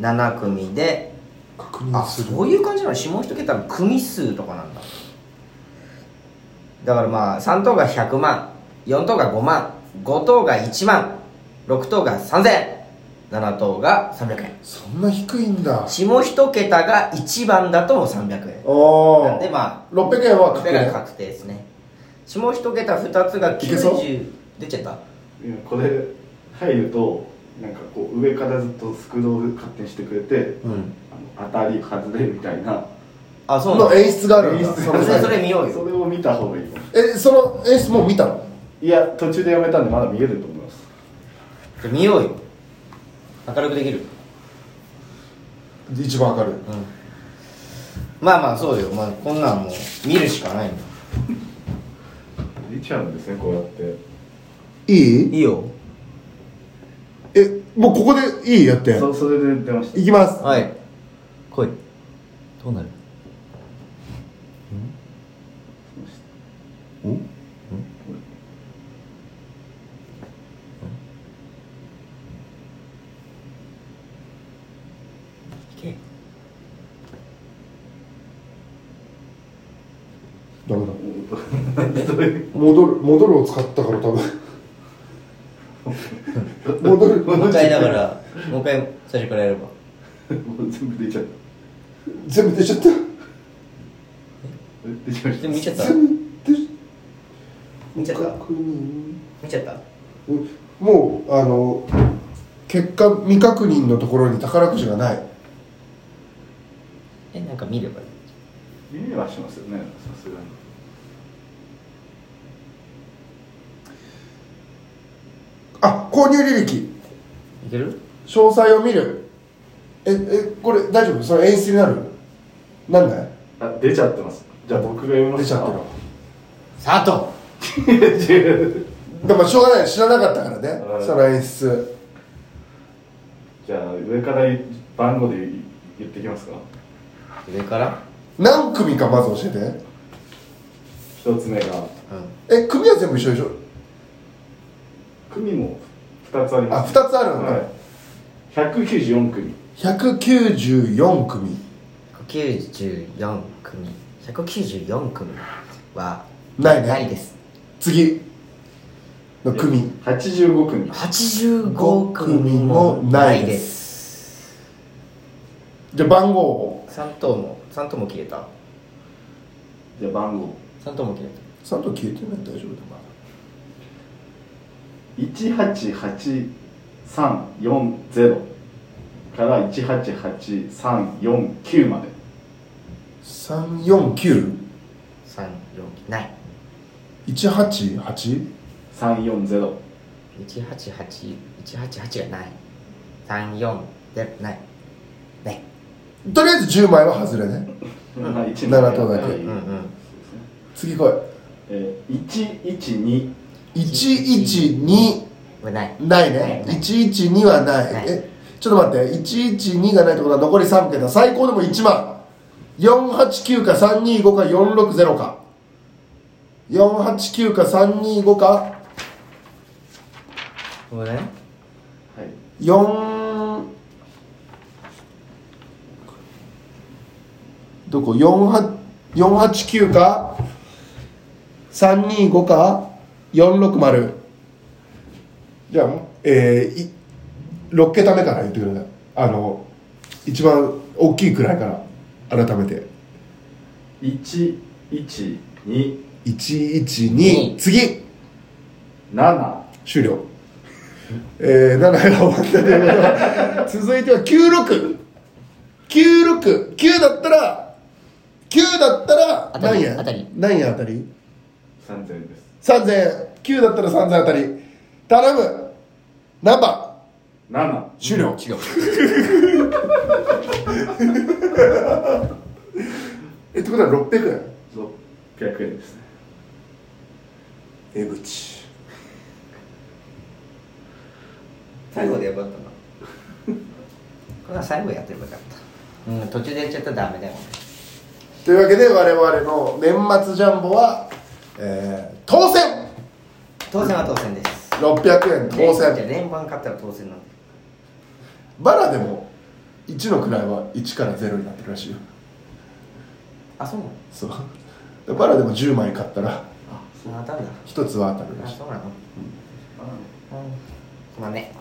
[SPEAKER 1] 7組で
[SPEAKER 2] 確認
[SPEAKER 1] あ
[SPEAKER 2] する
[SPEAKER 1] そういう感じなの下1桁の組数とかなんだだからまあ3等が100万4等が5万5等が1万6等が30007等が300円
[SPEAKER 2] そんな低いんだあ
[SPEAKER 1] 下1桁が1番だともう300円なんで
[SPEAKER 2] あ
[SPEAKER 1] まあ
[SPEAKER 2] 600円は
[SPEAKER 1] これ
[SPEAKER 2] 確
[SPEAKER 1] が
[SPEAKER 2] 定
[SPEAKER 1] 確定ですね下一桁二つが
[SPEAKER 2] いけそう
[SPEAKER 1] 90出ちゃった
[SPEAKER 3] 今これ入るとなんかこう上からずっとスクロール勝手にしてくれて
[SPEAKER 2] うん
[SPEAKER 3] あの当たり外れみたいな
[SPEAKER 1] あそうなん
[SPEAKER 2] の
[SPEAKER 1] だ
[SPEAKER 2] 演出があるんだ
[SPEAKER 3] 演出
[SPEAKER 2] そ
[SPEAKER 3] があ
[SPEAKER 2] の
[SPEAKER 3] る
[SPEAKER 1] それ
[SPEAKER 2] 際
[SPEAKER 1] それ見ようよ
[SPEAKER 3] それを見た方がいいかも
[SPEAKER 2] えその演出もう見たの
[SPEAKER 3] いや途中でやめたんでまだ見えると思います
[SPEAKER 1] 見ようよ明るくできる
[SPEAKER 2] 一番明るい
[SPEAKER 1] まあまあそうよ、まあ、こんなんもう見るしかないんだ
[SPEAKER 3] 出ちゃうんですねこうやって
[SPEAKER 2] いい
[SPEAKER 1] いいよ
[SPEAKER 2] えもうここでいいやって
[SPEAKER 3] そそれで出ました
[SPEAKER 2] いきます
[SPEAKER 1] はい来いどうなるいけ
[SPEAKER 2] ダメだ
[SPEAKER 3] 戻
[SPEAKER 2] 戻る戻るを使ったから多分戻る
[SPEAKER 1] もう一回だからもう一回最初からやれば
[SPEAKER 3] もう全部出ちゃった
[SPEAKER 2] 全部出ちゃった
[SPEAKER 3] え出ちゃいまし
[SPEAKER 1] で
[SPEAKER 3] た
[SPEAKER 1] 見ちゃった
[SPEAKER 2] 全部出ち
[SPEAKER 1] 見ちゃった
[SPEAKER 2] 確認
[SPEAKER 1] 見ちゃった
[SPEAKER 2] うんもうあの結果未確認のところに宝くじがない
[SPEAKER 1] えなんか見ればいい
[SPEAKER 3] 見えはしますよねさすがに
[SPEAKER 2] あ購入履歴
[SPEAKER 1] いける
[SPEAKER 2] 詳細を見るええこれ大丈夫それ演出になるなんだい
[SPEAKER 3] あ出ちゃってますじゃあ僕が読みま
[SPEAKER 2] 出
[SPEAKER 3] す
[SPEAKER 2] ちゃってる
[SPEAKER 1] 佐藤
[SPEAKER 3] る
[SPEAKER 2] でもしょうがない知らなかったからね
[SPEAKER 3] うん
[SPEAKER 2] その演出
[SPEAKER 3] じゃあ上から番号で言ってきますか
[SPEAKER 1] 上から
[SPEAKER 2] 何組かまず教え
[SPEAKER 3] 一つ目
[SPEAKER 1] う
[SPEAKER 3] が
[SPEAKER 2] てえ組は全部一緒でしょ
[SPEAKER 3] 組も2つあり
[SPEAKER 2] あ
[SPEAKER 3] ま
[SPEAKER 2] 二
[SPEAKER 3] す
[SPEAKER 2] 2つあるんだ、
[SPEAKER 3] はい194組
[SPEAKER 2] 194組
[SPEAKER 1] ん94組194組は
[SPEAKER 2] ないね
[SPEAKER 1] ないです
[SPEAKER 2] 次の組
[SPEAKER 3] 85組
[SPEAKER 1] 85組もないです
[SPEAKER 2] じゃあ番号を
[SPEAKER 1] 3等も3等も消えた
[SPEAKER 3] じゃあ番号
[SPEAKER 1] 3等も消えた
[SPEAKER 2] 3と消えてない大丈夫だまだ
[SPEAKER 3] 188340から188349まで
[SPEAKER 2] 349188
[SPEAKER 1] 34ない
[SPEAKER 3] 340
[SPEAKER 1] 188188がない34でないね
[SPEAKER 2] とりあえず10枚は外れね
[SPEAKER 3] まあ一
[SPEAKER 2] ならとだけ
[SPEAKER 3] はい
[SPEAKER 1] うんうん
[SPEAKER 2] 次来
[SPEAKER 3] えー、112
[SPEAKER 2] い112
[SPEAKER 1] これない
[SPEAKER 2] ない
[SPEAKER 1] な
[SPEAKER 2] ね
[SPEAKER 1] いない
[SPEAKER 2] 112はない
[SPEAKER 1] ない
[SPEAKER 2] えちょっと待って112がないってことは残り3桁最高でも1万489か325か460か489か325か
[SPEAKER 1] これね
[SPEAKER 3] はい
[SPEAKER 2] 4どこ48 489か325か460じゃあえー、い6桁目から言ってくださいあの一番大きいくらいから改めて
[SPEAKER 3] 1127
[SPEAKER 2] 112次終了えー、7が終わったということは続いては9696だったら9だったら
[SPEAKER 1] 当たり
[SPEAKER 2] 何円
[SPEAKER 1] 当たり
[SPEAKER 2] 何円当たり
[SPEAKER 3] 3000円です
[SPEAKER 2] 3000円9だったら3000円当たり頼む何番
[SPEAKER 3] 7
[SPEAKER 2] 終了、
[SPEAKER 1] 違う
[SPEAKER 2] えってことは600円
[SPEAKER 3] 600円ですね
[SPEAKER 2] えぐち
[SPEAKER 1] 最後でよかったなこれは最後やってればよかったうん途中でやっちゃったらダメだよ
[SPEAKER 2] というわけで我々の年末ジャンボは、えー、当選
[SPEAKER 1] 当選は当選です
[SPEAKER 2] 600円当
[SPEAKER 1] じゃあ
[SPEAKER 2] 選
[SPEAKER 1] 連番勝ったら当選なんで
[SPEAKER 2] バラでも1の位は1から0になってるらしいよ
[SPEAKER 1] あそうな
[SPEAKER 2] そうバラでも10枚買ったら
[SPEAKER 3] あ
[SPEAKER 1] のあ当たんだ
[SPEAKER 2] 一つは当たるら
[SPEAKER 1] あ
[SPEAKER 2] しい
[SPEAKER 1] そうなの
[SPEAKER 3] あ
[SPEAKER 1] う
[SPEAKER 3] の
[SPEAKER 1] んまあね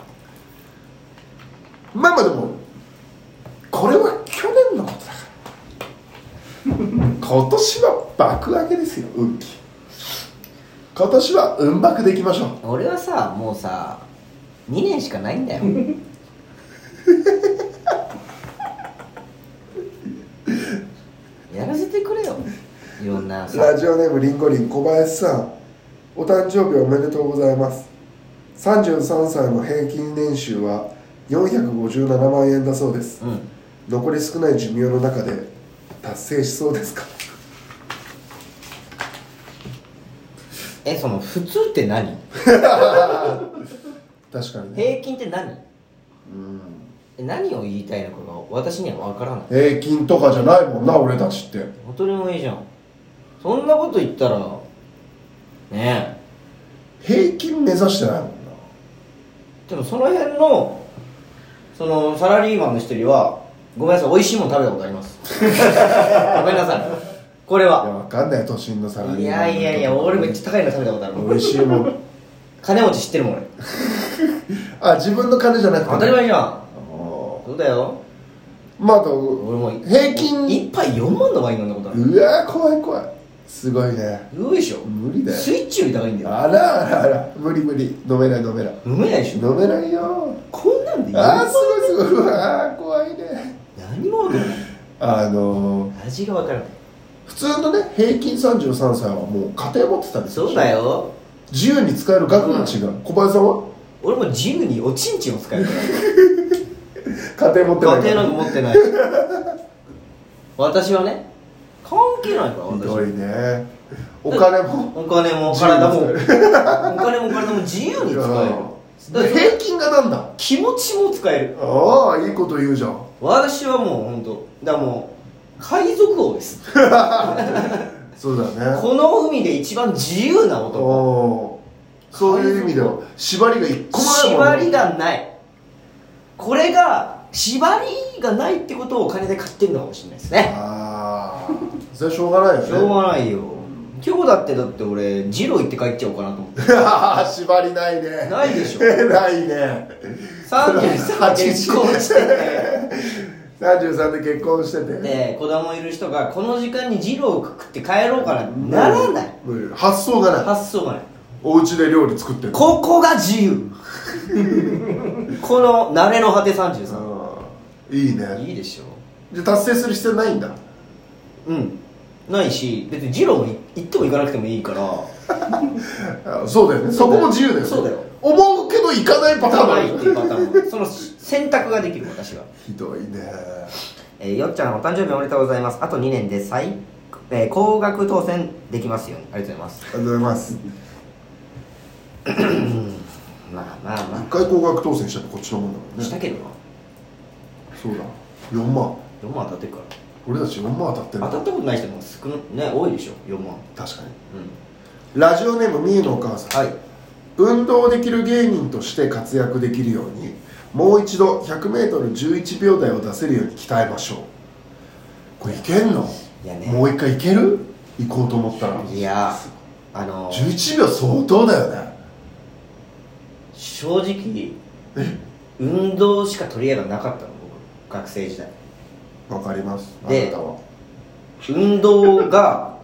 [SPEAKER 2] まあまあでもこれは去年のことだから今年は爆上げですよ運気今年は運爆でいきましょう
[SPEAKER 1] 俺はさもうさ2年しかないんだよやらせてくれよいろんなさ
[SPEAKER 2] ラジオネームリンゴリン小林さんお誕生日おめでとうございます33歳の平均年収は457万円だそうです
[SPEAKER 1] うん
[SPEAKER 2] 残り少ない寿命の中で達成しそう ですか
[SPEAKER 1] えその普通って何
[SPEAKER 2] 確かにね
[SPEAKER 1] 平均って何
[SPEAKER 2] うん
[SPEAKER 1] え何を言いたいのかが私には分からない
[SPEAKER 2] 平均とかじゃないもんな俺たちって
[SPEAKER 1] 当たり前じゃんそんなこと言ったらねえ
[SPEAKER 2] 平均目指してないもんな
[SPEAKER 1] でもその辺のそのサラリーマンの一人はごめんなさい美味しいもの食べたことあります ごめんなさいこれ
[SPEAKER 2] いや
[SPEAKER 1] は
[SPEAKER 2] わかんない都心のサラリ
[SPEAKER 1] い
[SPEAKER 2] ーマン
[SPEAKER 1] やいやいや俺めっち
[SPEAKER 2] ゃ
[SPEAKER 1] ゃ高いの食べたことあるもん
[SPEAKER 2] 美味しいもん
[SPEAKER 1] 金持ち知ってるもん俺
[SPEAKER 2] あ自分の金じゃなくて
[SPEAKER 1] 当たり前じゃ
[SPEAKER 2] あ
[SPEAKER 1] ん
[SPEAKER 2] ー
[SPEAKER 1] そうだよ
[SPEAKER 2] まああと
[SPEAKER 1] 俺も
[SPEAKER 2] 平均
[SPEAKER 1] 1杯4万のワイン飲んだことある
[SPEAKER 2] うわー怖い怖いすごいね
[SPEAKER 1] すごいでしょ
[SPEAKER 2] 無理だよ
[SPEAKER 1] スイッチより高いんだよ
[SPEAKER 2] あらあらあら無理無理飲めない飲めない
[SPEAKER 1] 飲めないでしょ
[SPEAKER 2] 飲めないよ
[SPEAKER 1] こんなんで
[SPEAKER 2] あーすごいすごいうわー怖いね
[SPEAKER 1] 何も分からない
[SPEAKER 2] あのー、
[SPEAKER 1] 味が分からない
[SPEAKER 2] 普通のね平均33歳はもう家庭持ってたんです
[SPEAKER 1] そうだよ
[SPEAKER 2] 自由に使える額が違う、小林さんは
[SPEAKER 1] 俺も自由におちんちんを使えるか
[SPEAKER 2] 家庭持ってな
[SPEAKER 1] ら
[SPEAKER 2] い
[SPEAKER 1] 家庭なんか持ってないし私はね関係ないから
[SPEAKER 2] ひ
[SPEAKER 1] 私
[SPEAKER 2] どいねお金も
[SPEAKER 1] お金も
[SPEAKER 2] 自由に
[SPEAKER 1] 体 もお
[SPEAKER 2] 使
[SPEAKER 1] 金も体も自由に使えるだから
[SPEAKER 2] 平均がなんだ
[SPEAKER 1] 気持ちも使える
[SPEAKER 2] ああいいこと言うじゃん
[SPEAKER 1] 私はもう本当だからもう海賊王です
[SPEAKER 2] そうだね
[SPEAKER 1] この海で一番自由な
[SPEAKER 2] お
[SPEAKER 1] 男
[SPEAKER 2] おーそういう意味では縛りが一個もないもん
[SPEAKER 1] 縛りがないこれが縛りがないってことをお金で買ってるのかもしれないですね
[SPEAKER 2] ああそれはしょうがないよね
[SPEAKER 1] しょうがないよ今日だってだって俺ジロー行って帰っちゃおうかなと思って
[SPEAKER 2] 縛りないね
[SPEAKER 1] ないでしょ
[SPEAKER 2] ないね
[SPEAKER 1] 33で結婚して
[SPEAKER 2] 33で結婚してて
[SPEAKER 1] てで子供いる人がこの時間にジローを食って帰ろうかなならない
[SPEAKER 2] 無理無理発想がない
[SPEAKER 1] 発想がない
[SPEAKER 2] お家で料理作ってる
[SPEAKER 1] ここが自 由この慣れの果て33
[SPEAKER 2] うんいいね
[SPEAKER 1] いいでしょ
[SPEAKER 2] じゃあ達成する必要ないんだ
[SPEAKER 1] うんないし別にジローも行っても行かなくてもいいから
[SPEAKER 2] あそうだよねそ
[SPEAKER 1] そうだよ
[SPEAKER 2] こも自由だよね
[SPEAKER 1] そうだよ
[SPEAKER 2] 思うけど行かないパターンもあ
[SPEAKER 1] な
[SPEAKER 2] る
[SPEAKER 1] いっていうパターンもその選択ができる私は
[SPEAKER 2] ひどいね
[SPEAKER 1] えーよっちゃんお誕生日おめでとうございますあと2年で最、えー高額当選できますようにありがとうございます
[SPEAKER 2] ありがとうございます
[SPEAKER 1] まあまあ
[SPEAKER 2] 一
[SPEAKER 1] ま
[SPEAKER 2] 回高額当選したってこっちのもんだもん
[SPEAKER 1] あ
[SPEAKER 2] ね
[SPEAKER 1] したけどな
[SPEAKER 2] そうだ4万
[SPEAKER 1] 4万当たってるから
[SPEAKER 2] 俺たち4万当たって
[SPEAKER 1] 当
[SPEAKER 2] る
[SPEAKER 1] たったことない人も少なね多いでしょ4万
[SPEAKER 2] 確かに
[SPEAKER 1] う
[SPEAKER 2] ラジオネームみゆのお母さん
[SPEAKER 1] んはい
[SPEAKER 2] 運動できる芸人として活躍できるようにもう一度 100m11 秒台を出せるように鍛えましょうこれいけんの
[SPEAKER 1] いやね
[SPEAKER 2] もう一回いける行こうと思ったら
[SPEAKER 1] いやあのー
[SPEAKER 2] 11秒相当だよね
[SPEAKER 1] 正直運動しか取り柄がなかったの僕学生時代
[SPEAKER 2] わかりますあ
[SPEAKER 1] で
[SPEAKER 2] なたは
[SPEAKER 1] 運動 が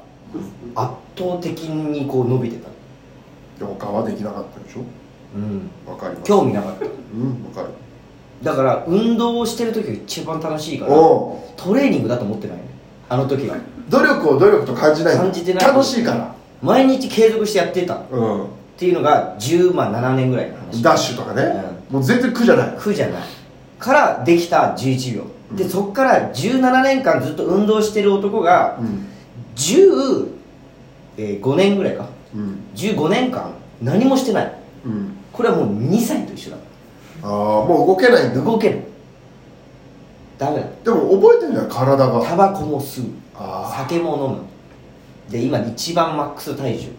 [SPEAKER 1] 圧倒的にこう伸びてた
[SPEAKER 2] 他はできなかったでしょ
[SPEAKER 1] うん
[SPEAKER 2] わかります
[SPEAKER 1] 興味なかった
[SPEAKER 2] うんわかる
[SPEAKER 1] だから運動をしてる時が一番楽しいから
[SPEAKER 2] おう
[SPEAKER 1] トレーニングだと思ってないのあの時は
[SPEAKER 2] 努力を努力と感じない
[SPEAKER 1] 感じてない
[SPEAKER 2] 楽しいから
[SPEAKER 1] 毎日継続してやってたっ
[SPEAKER 2] うん
[SPEAKER 1] ていうのが10まあ7年ぐらいの話
[SPEAKER 2] ダッシュとかね、もう全然苦じゃない
[SPEAKER 1] 苦じゃないからできた11秒でそっから17年間ずっと運動してる男が
[SPEAKER 2] うん
[SPEAKER 1] 15、えー5年ぐらいか
[SPEAKER 2] うん
[SPEAKER 1] 15年間何もしてない
[SPEAKER 2] うん
[SPEAKER 1] これはもう2歳と一緒だ
[SPEAKER 2] ああもう動けないんだ
[SPEAKER 1] 動けないダメだ
[SPEAKER 2] でも覚えてるんだよ体が
[SPEAKER 1] タバコも吸う
[SPEAKER 2] あ
[SPEAKER 1] 酒も飲むで今一番マックス体重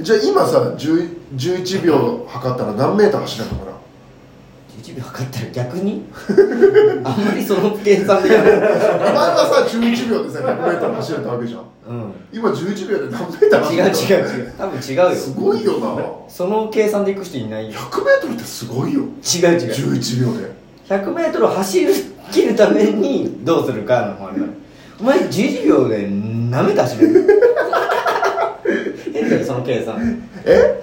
[SPEAKER 2] あじゃあ今さ10 11秒測ったら何メーター走れたのかな
[SPEAKER 1] 11秒測ったら逆 にあんまりその計算でやる
[SPEAKER 2] お前がさ11秒でさ100メーター走れたわけじゃん
[SPEAKER 1] うん
[SPEAKER 2] 今11秒で何メーター走
[SPEAKER 1] 違う
[SPEAKER 2] れた
[SPEAKER 1] 違う
[SPEAKER 2] う
[SPEAKER 1] 違う多分違うよ
[SPEAKER 2] すごいよな
[SPEAKER 1] その計算でいく人いないよ
[SPEAKER 2] 100メートルってすごい
[SPEAKER 1] 違う
[SPEAKER 2] よ
[SPEAKER 1] 違う
[SPEAKER 2] 11秒で
[SPEAKER 1] 100m を走り切るためにどうするかのもあれだお前11秒でなめたしめる変だよその計算
[SPEAKER 2] え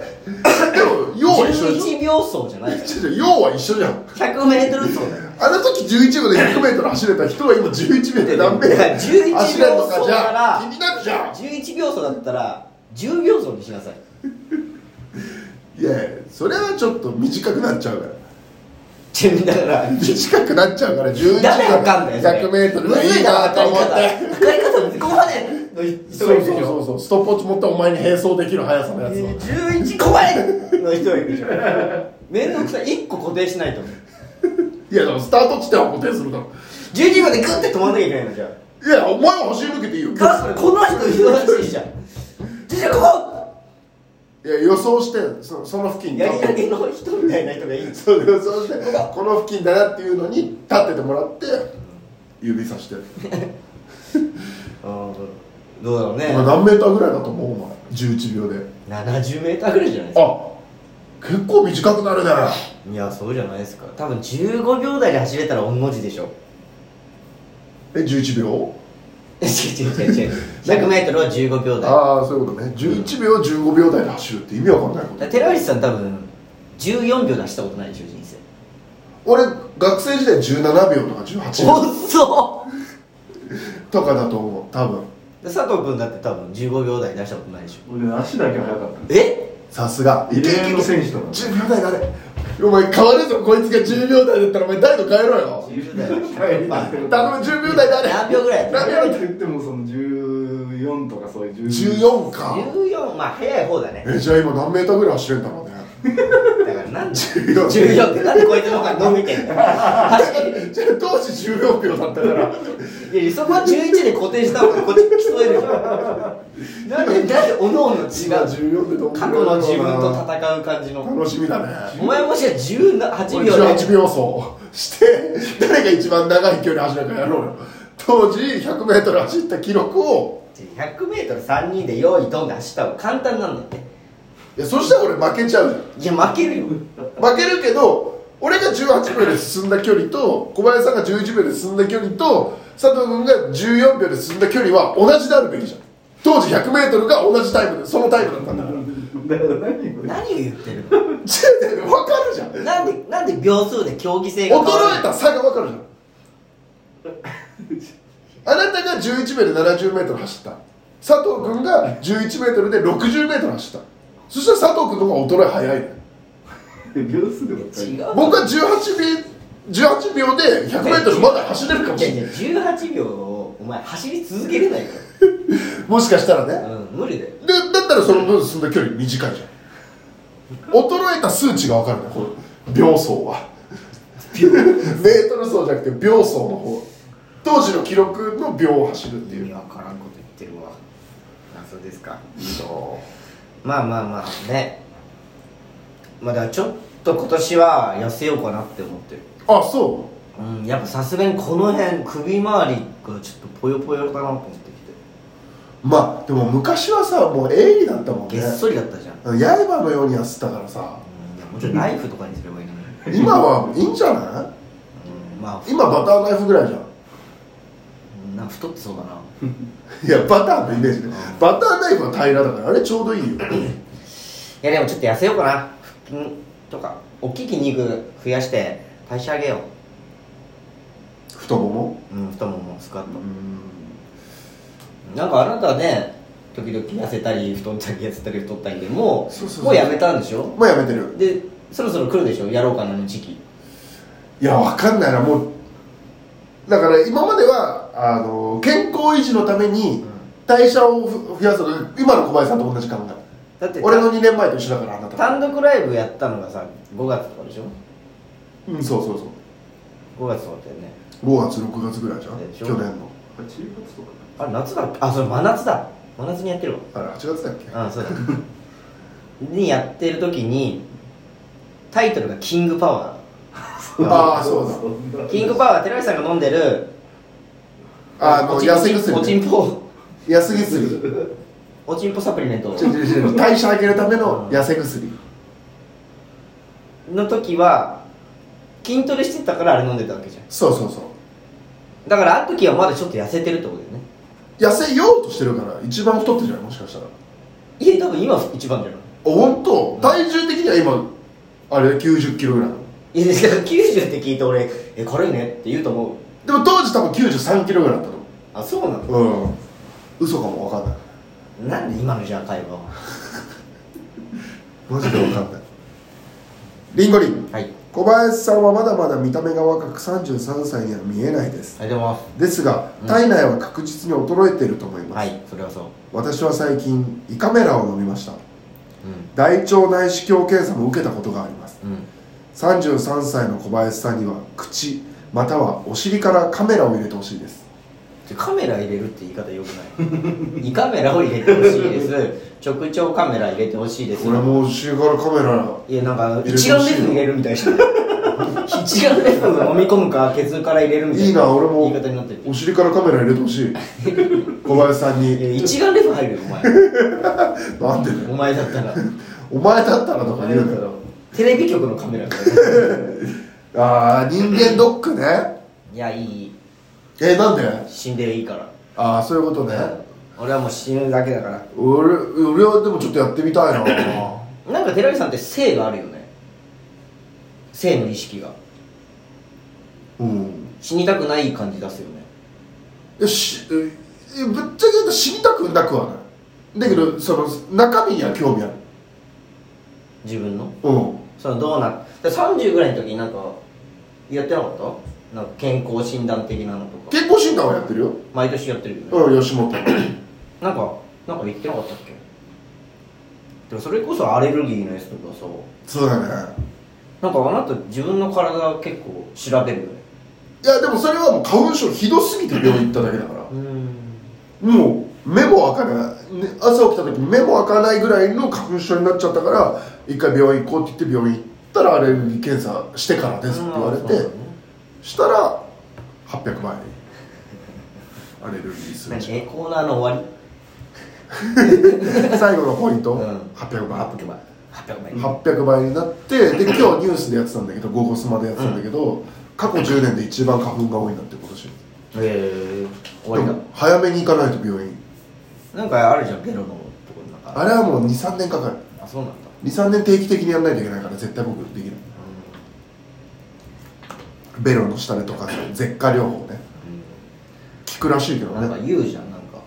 [SPEAKER 2] でも要は一緒でし
[SPEAKER 1] 11秒走じゃない
[SPEAKER 2] ょ要は一緒じゃん
[SPEAKER 1] 100m 走だよ
[SPEAKER 2] あの時11秒で100メートル走れた人は今11秒で何メーター走れ
[SPEAKER 1] 11
[SPEAKER 2] たのか
[SPEAKER 1] 秒
[SPEAKER 2] じ
[SPEAKER 1] だか
[SPEAKER 2] ゃあ
[SPEAKER 1] ら
[SPEAKER 2] 気になるじゃん
[SPEAKER 1] 11秒走だったら10秒走にしなさい
[SPEAKER 2] いやいやそれはちょっと短くなっちゃうから
[SPEAKER 1] ちなみにだから
[SPEAKER 2] 短くなっちゃうから11
[SPEAKER 1] 誰わかんない
[SPEAKER 2] 100メートルがいいなと思って
[SPEAKER 1] 分かり方ここまでの人
[SPEAKER 2] そ
[SPEAKER 1] がいうる
[SPEAKER 2] そう
[SPEAKER 1] でし
[SPEAKER 2] そ
[SPEAKER 1] ょ
[SPEAKER 2] うそうストップウォッチ持ったお前に並走できる速さのやつは
[SPEAKER 1] 11個前の人がいるでしょ面倒くさい1個固定しないと思う
[SPEAKER 2] いやでもスタート地点は固定するだろ
[SPEAKER 1] 12秒でグッて止まんなきゃいけないのじゃ
[SPEAKER 2] いやお前は走り抜けていいよ
[SPEAKER 1] あだからこの人忙しいじゃんじゃあこ
[SPEAKER 2] いや予想してそその付近
[SPEAKER 1] こ
[SPEAKER 2] に
[SPEAKER 1] やり
[SPEAKER 2] 立
[SPEAKER 1] 投
[SPEAKER 2] って
[SPEAKER 1] げの人みたいな人がいいんです
[SPEAKER 2] そう予想してこの付近だなっていうのに立っててもらって指さして
[SPEAKER 1] どうだろうね
[SPEAKER 2] 今何メーターぐらいだと思うお前11秒で
[SPEAKER 1] 70m ぐらいじゃないですか
[SPEAKER 2] あ結構短くなるね
[SPEAKER 1] いやそうじゃないですか多分15秒台で走れたら御の字でし ょ
[SPEAKER 2] え11秒
[SPEAKER 1] 違う違う違う違う 100m は15秒台だか
[SPEAKER 2] ああそういうことね11秒15秒台で走るって意味わかんないこと
[SPEAKER 1] ら寺内さん多分14秒出したことないでしょ人生
[SPEAKER 2] 俺学生時代17秒とか18秒
[SPEAKER 1] おっそ
[SPEAKER 2] とかだと思う多分
[SPEAKER 1] 佐藤君だって多分15秒台出したことないでしょ
[SPEAKER 3] 俺足だけ速かった
[SPEAKER 1] え
[SPEAKER 2] さすが
[SPEAKER 3] 異例の選手とか
[SPEAKER 2] 10秒台だねお前変わるぞこいつが10秒台だったらお前態度変えろよ
[SPEAKER 1] 10秒台
[SPEAKER 3] 頼む
[SPEAKER 2] 頼む10秒台だね
[SPEAKER 1] 何秒ぐらい
[SPEAKER 2] 何秒
[SPEAKER 3] って言ってもその14とかそういう
[SPEAKER 2] 14か
[SPEAKER 1] 14まあ早い方だね
[SPEAKER 2] えじゃあ今何メーターぐらい走れんだろうね
[SPEAKER 1] だからなんで
[SPEAKER 2] 14
[SPEAKER 1] 14ってなんでこいつの方が伸びてんの走り
[SPEAKER 2] じゃあ 当時14秒だったから
[SPEAKER 1] いやそこは11で固定した方がこっち競えるじゃんなんでなんでおのおの違う
[SPEAKER 2] 今14でどん
[SPEAKER 1] 過
[SPEAKER 2] ぐらい
[SPEAKER 1] 去
[SPEAKER 2] だろ
[SPEAKER 1] の
[SPEAKER 2] うな
[SPEAKER 1] 自分と戦う感じの
[SPEAKER 2] 楽しみだね
[SPEAKER 1] お前もしや18秒
[SPEAKER 2] 18
[SPEAKER 1] で
[SPEAKER 2] 秒走して 誰が一番長い距離走るかやろうよ当時 100m 走った記録を
[SPEAKER 1] 100m3 人で用意ドンで走った方が簡単なんだよね
[SPEAKER 2] いやそしたら俺負けちゃうじゃん
[SPEAKER 1] いや負けるよ
[SPEAKER 2] 負けるけど俺が18秒で進んだ距離と小林さんが11秒で進んだ距離と佐藤君が14秒で進んだ距離は同じであるべきじゃん当時 100m が同じタイムでそのタイムだったんだから違う
[SPEAKER 3] だから何これ
[SPEAKER 1] 何を言ってるの
[SPEAKER 2] 違う分かるじゃん
[SPEAKER 1] なんでなんで秒数で競技性が変わる
[SPEAKER 2] 衰えた差が分かるじゃん あなたが11秒で 70m 走った佐藤君が 11m で 60m 走ったそしたら佐藤君の方が衰え早いのよ
[SPEAKER 3] 秒数で分か
[SPEAKER 1] 違
[SPEAKER 3] る
[SPEAKER 1] う
[SPEAKER 2] 僕は18秒 ,18 秒で 100m まだ走れるかも
[SPEAKER 1] い
[SPEAKER 2] し
[SPEAKER 1] や
[SPEAKER 2] れ
[SPEAKER 1] い
[SPEAKER 2] ない
[SPEAKER 1] や18秒をお前走り続けれないか
[SPEAKER 2] もしかしたらね
[SPEAKER 1] らうん無理だよ
[SPEAKER 2] でだったらその分進んだ距離短いじゃん衰えた数値が分かるねこの秒走は メートル走じゃなくて秒走の方当時の記録の秒を走るって
[SPEAKER 1] 意
[SPEAKER 2] いう
[SPEAKER 1] 味わからんこと言ってるわあそうですか
[SPEAKER 2] そう
[SPEAKER 1] まあまあまあねまあだからちょっと今年は痩せようかなって思ってる
[SPEAKER 2] あそ
[SPEAKER 1] うんやっぱさすがにこの辺首周りがちょっとぽよぽよだなと思ってき
[SPEAKER 2] うまあでも昔はさもう鋭利だったもん
[SPEAKER 1] て
[SPEAKER 2] ね
[SPEAKER 1] げっそりだったじゃん、うん
[SPEAKER 2] 刃のように痩せたからさ
[SPEAKER 1] いやもうちょいナイフとかにすればいいのに、
[SPEAKER 2] 今はいいんじゃな
[SPEAKER 1] うん、ま
[SPEAKER 2] い今バターナイフぐらいじゃん
[SPEAKER 1] あなんか太ってそうだない
[SPEAKER 2] やバターのイメージでバターナイフは平らだからあれちょうどいいよ
[SPEAKER 1] いやでもちょっと痩せようかな腹筋とか大きい筋肉増やして代謝上げよ
[SPEAKER 2] 太もも
[SPEAKER 1] ううん太ももスクワッ
[SPEAKER 2] う
[SPEAKER 1] ト、
[SPEAKER 2] ん
[SPEAKER 1] なんかあなたはね時々痩せたり太ったり痩せたり太ったりでもう
[SPEAKER 2] そうそうそう
[SPEAKER 1] もうやめたんでしょ
[SPEAKER 2] もうやめてる
[SPEAKER 1] でそろそろ来るでしょやろうかなの時期
[SPEAKER 2] いやわかんないなもうだから今まではあの健康維持のために代謝をふ増やすの今の小林さんと同じ考え
[SPEAKER 1] だって
[SPEAKER 2] 俺の2年前と一緒だからあなた
[SPEAKER 1] 単独ライブやったのがさ5月とかでしょ
[SPEAKER 2] うんそうそうそ
[SPEAKER 1] 5月とかだよね
[SPEAKER 2] う5月6月ぐらいじゃん
[SPEAKER 1] でしょ
[SPEAKER 2] 去年の
[SPEAKER 3] 8月とか
[SPEAKER 1] あれ夏だっけあそれ真夏だ真夏にやってるわ
[SPEAKER 2] あれ8月だっけ
[SPEAKER 1] あそうだにやってる時にタイトルが「キングパワ
[SPEAKER 2] ああそうだ
[SPEAKER 1] ー」キン グパワー寺内さんが飲んでる
[SPEAKER 2] あの痩せ薬
[SPEAKER 1] おちんぽ
[SPEAKER 2] 痩せ薬
[SPEAKER 1] おちんぽサプリメント
[SPEAKER 2] 違う違う違う代謝上げるための痩せ薬
[SPEAKER 1] の時は筋トレしてたからあれ飲んでたわけじゃん
[SPEAKER 2] そうそうそう
[SPEAKER 1] だからあの時はまだちょっと痩せてるってことだよね
[SPEAKER 2] 痩せようとしてるから一番太ってんじゃないもしかしたらあ
[SPEAKER 1] いや多分今一番じゃない
[SPEAKER 2] 本当体重的には今あれ9 0キロぐらいなの
[SPEAKER 1] いやだから90って聞いて俺「え軽いね」って言うと思う
[SPEAKER 2] でも当時多分93キロぐらいだったと思う
[SPEAKER 1] あそうなの
[SPEAKER 2] うん嘘かも分かんない
[SPEAKER 1] なんで今のじゃあ会話は
[SPEAKER 2] マジで分かんないリンゴリン
[SPEAKER 1] はい
[SPEAKER 2] 小林さんはまだまだ見た目が若く33歳には見えないです
[SPEAKER 1] あでも
[SPEAKER 2] ですが
[SPEAKER 1] うん
[SPEAKER 2] 体内は確実に衰えていると思います、
[SPEAKER 1] はいそれはそう
[SPEAKER 2] 私は最近胃カメラを飲みました
[SPEAKER 1] うん
[SPEAKER 2] 大腸内視鏡検査も受けたことがあります
[SPEAKER 1] うん
[SPEAKER 2] 33歳の小林さんには口またはお尻からカメラを入れてほしいです
[SPEAKER 1] でカメラ入れるって言い方よくない胃カメラを入れてほしい です直腸カメラ入れてほしいです
[SPEAKER 2] 俺もお尻からカメラ
[SPEAKER 1] いやなんか
[SPEAKER 2] 入れてほしい
[SPEAKER 1] 一
[SPEAKER 2] よ
[SPEAKER 1] 眼レフ入れるみたい じゃん一眼レフを飲み込むかケツから入れるみたいない
[SPEAKER 2] いな俺も
[SPEAKER 1] 言い方になってる
[SPEAKER 2] お尻からカメラ入れてほ しい小林さんに
[SPEAKER 1] いや一眼レフ入るよ お前
[SPEAKER 2] なんでだよ
[SPEAKER 1] お前だったら
[SPEAKER 2] お前だったらとか言うのよ
[SPEAKER 1] テレビ局のカメラみたい
[SPEAKER 2] ああ人間ドックね
[SPEAKER 1] ないやいい
[SPEAKER 2] えなんで
[SPEAKER 1] 死んでいいから
[SPEAKER 2] ああそういうことね
[SPEAKER 1] 俺はもう死ぬだけだから
[SPEAKER 2] 俺俺はでもちょっとやってみたい な
[SPEAKER 1] なんか寺内さんって性があるよね性の意識が
[SPEAKER 2] うん
[SPEAKER 1] 死にたくない感じ出すよね
[SPEAKER 2] よしええぶっちゃけ言うと死にたくなくはないだけどその中身には興味ある
[SPEAKER 1] 自分の
[SPEAKER 2] うん
[SPEAKER 1] そのどうなで30ぐらいの時になんかやってなかったなんか健康診断的なのとか
[SPEAKER 2] 健康診断はやってるよ
[SPEAKER 1] 毎年やってるよね
[SPEAKER 2] うん吉本
[SPEAKER 1] なんかなんか言ってなかったっけでもそれこそアレルギーのやつとかさ
[SPEAKER 2] そうだね
[SPEAKER 1] なんかあなた自分の体結構調べるよね
[SPEAKER 2] いやでもそれはもう花粉症ひどすぎて病院行っただけだから
[SPEAKER 1] うん
[SPEAKER 2] もう目も開かない、ね朝起きた時目も開かないぐらいの花粉症になっちゃったから一回病院行こうって言って病院行ったらアレルギー検査してからですって言われて、したら800万円アレルギー数
[SPEAKER 1] 何
[SPEAKER 2] 値
[SPEAKER 1] えコーナーの終わ
[SPEAKER 2] 最後のポイント、
[SPEAKER 1] うん
[SPEAKER 2] 800
[SPEAKER 1] り
[SPEAKER 2] 万
[SPEAKER 1] 800倍800倍
[SPEAKER 2] 800倍になって で今日ニュースでやってたんだけど「ゴゴスマ」でやってたんだけど、過去10年で一番花粉が多いんだって今年
[SPEAKER 1] えー、終わり
[SPEAKER 2] でも早めに行かないと病院
[SPEAKER 1] だなんかあるじゃんゲロのところなんか
[SPEAKER 2] あれはもう23年かかる
[SPEAKER 1] あそうなんだ
[SPEAKER 2] 23年定期的にやらないといけないから絶対僕できないベロの下でとか舌下療法ね効くらしいけど
[SPEAKER 1] なんか
[SPEAKER 2] ね
[SPEAKER 1] 言うじゃんなんか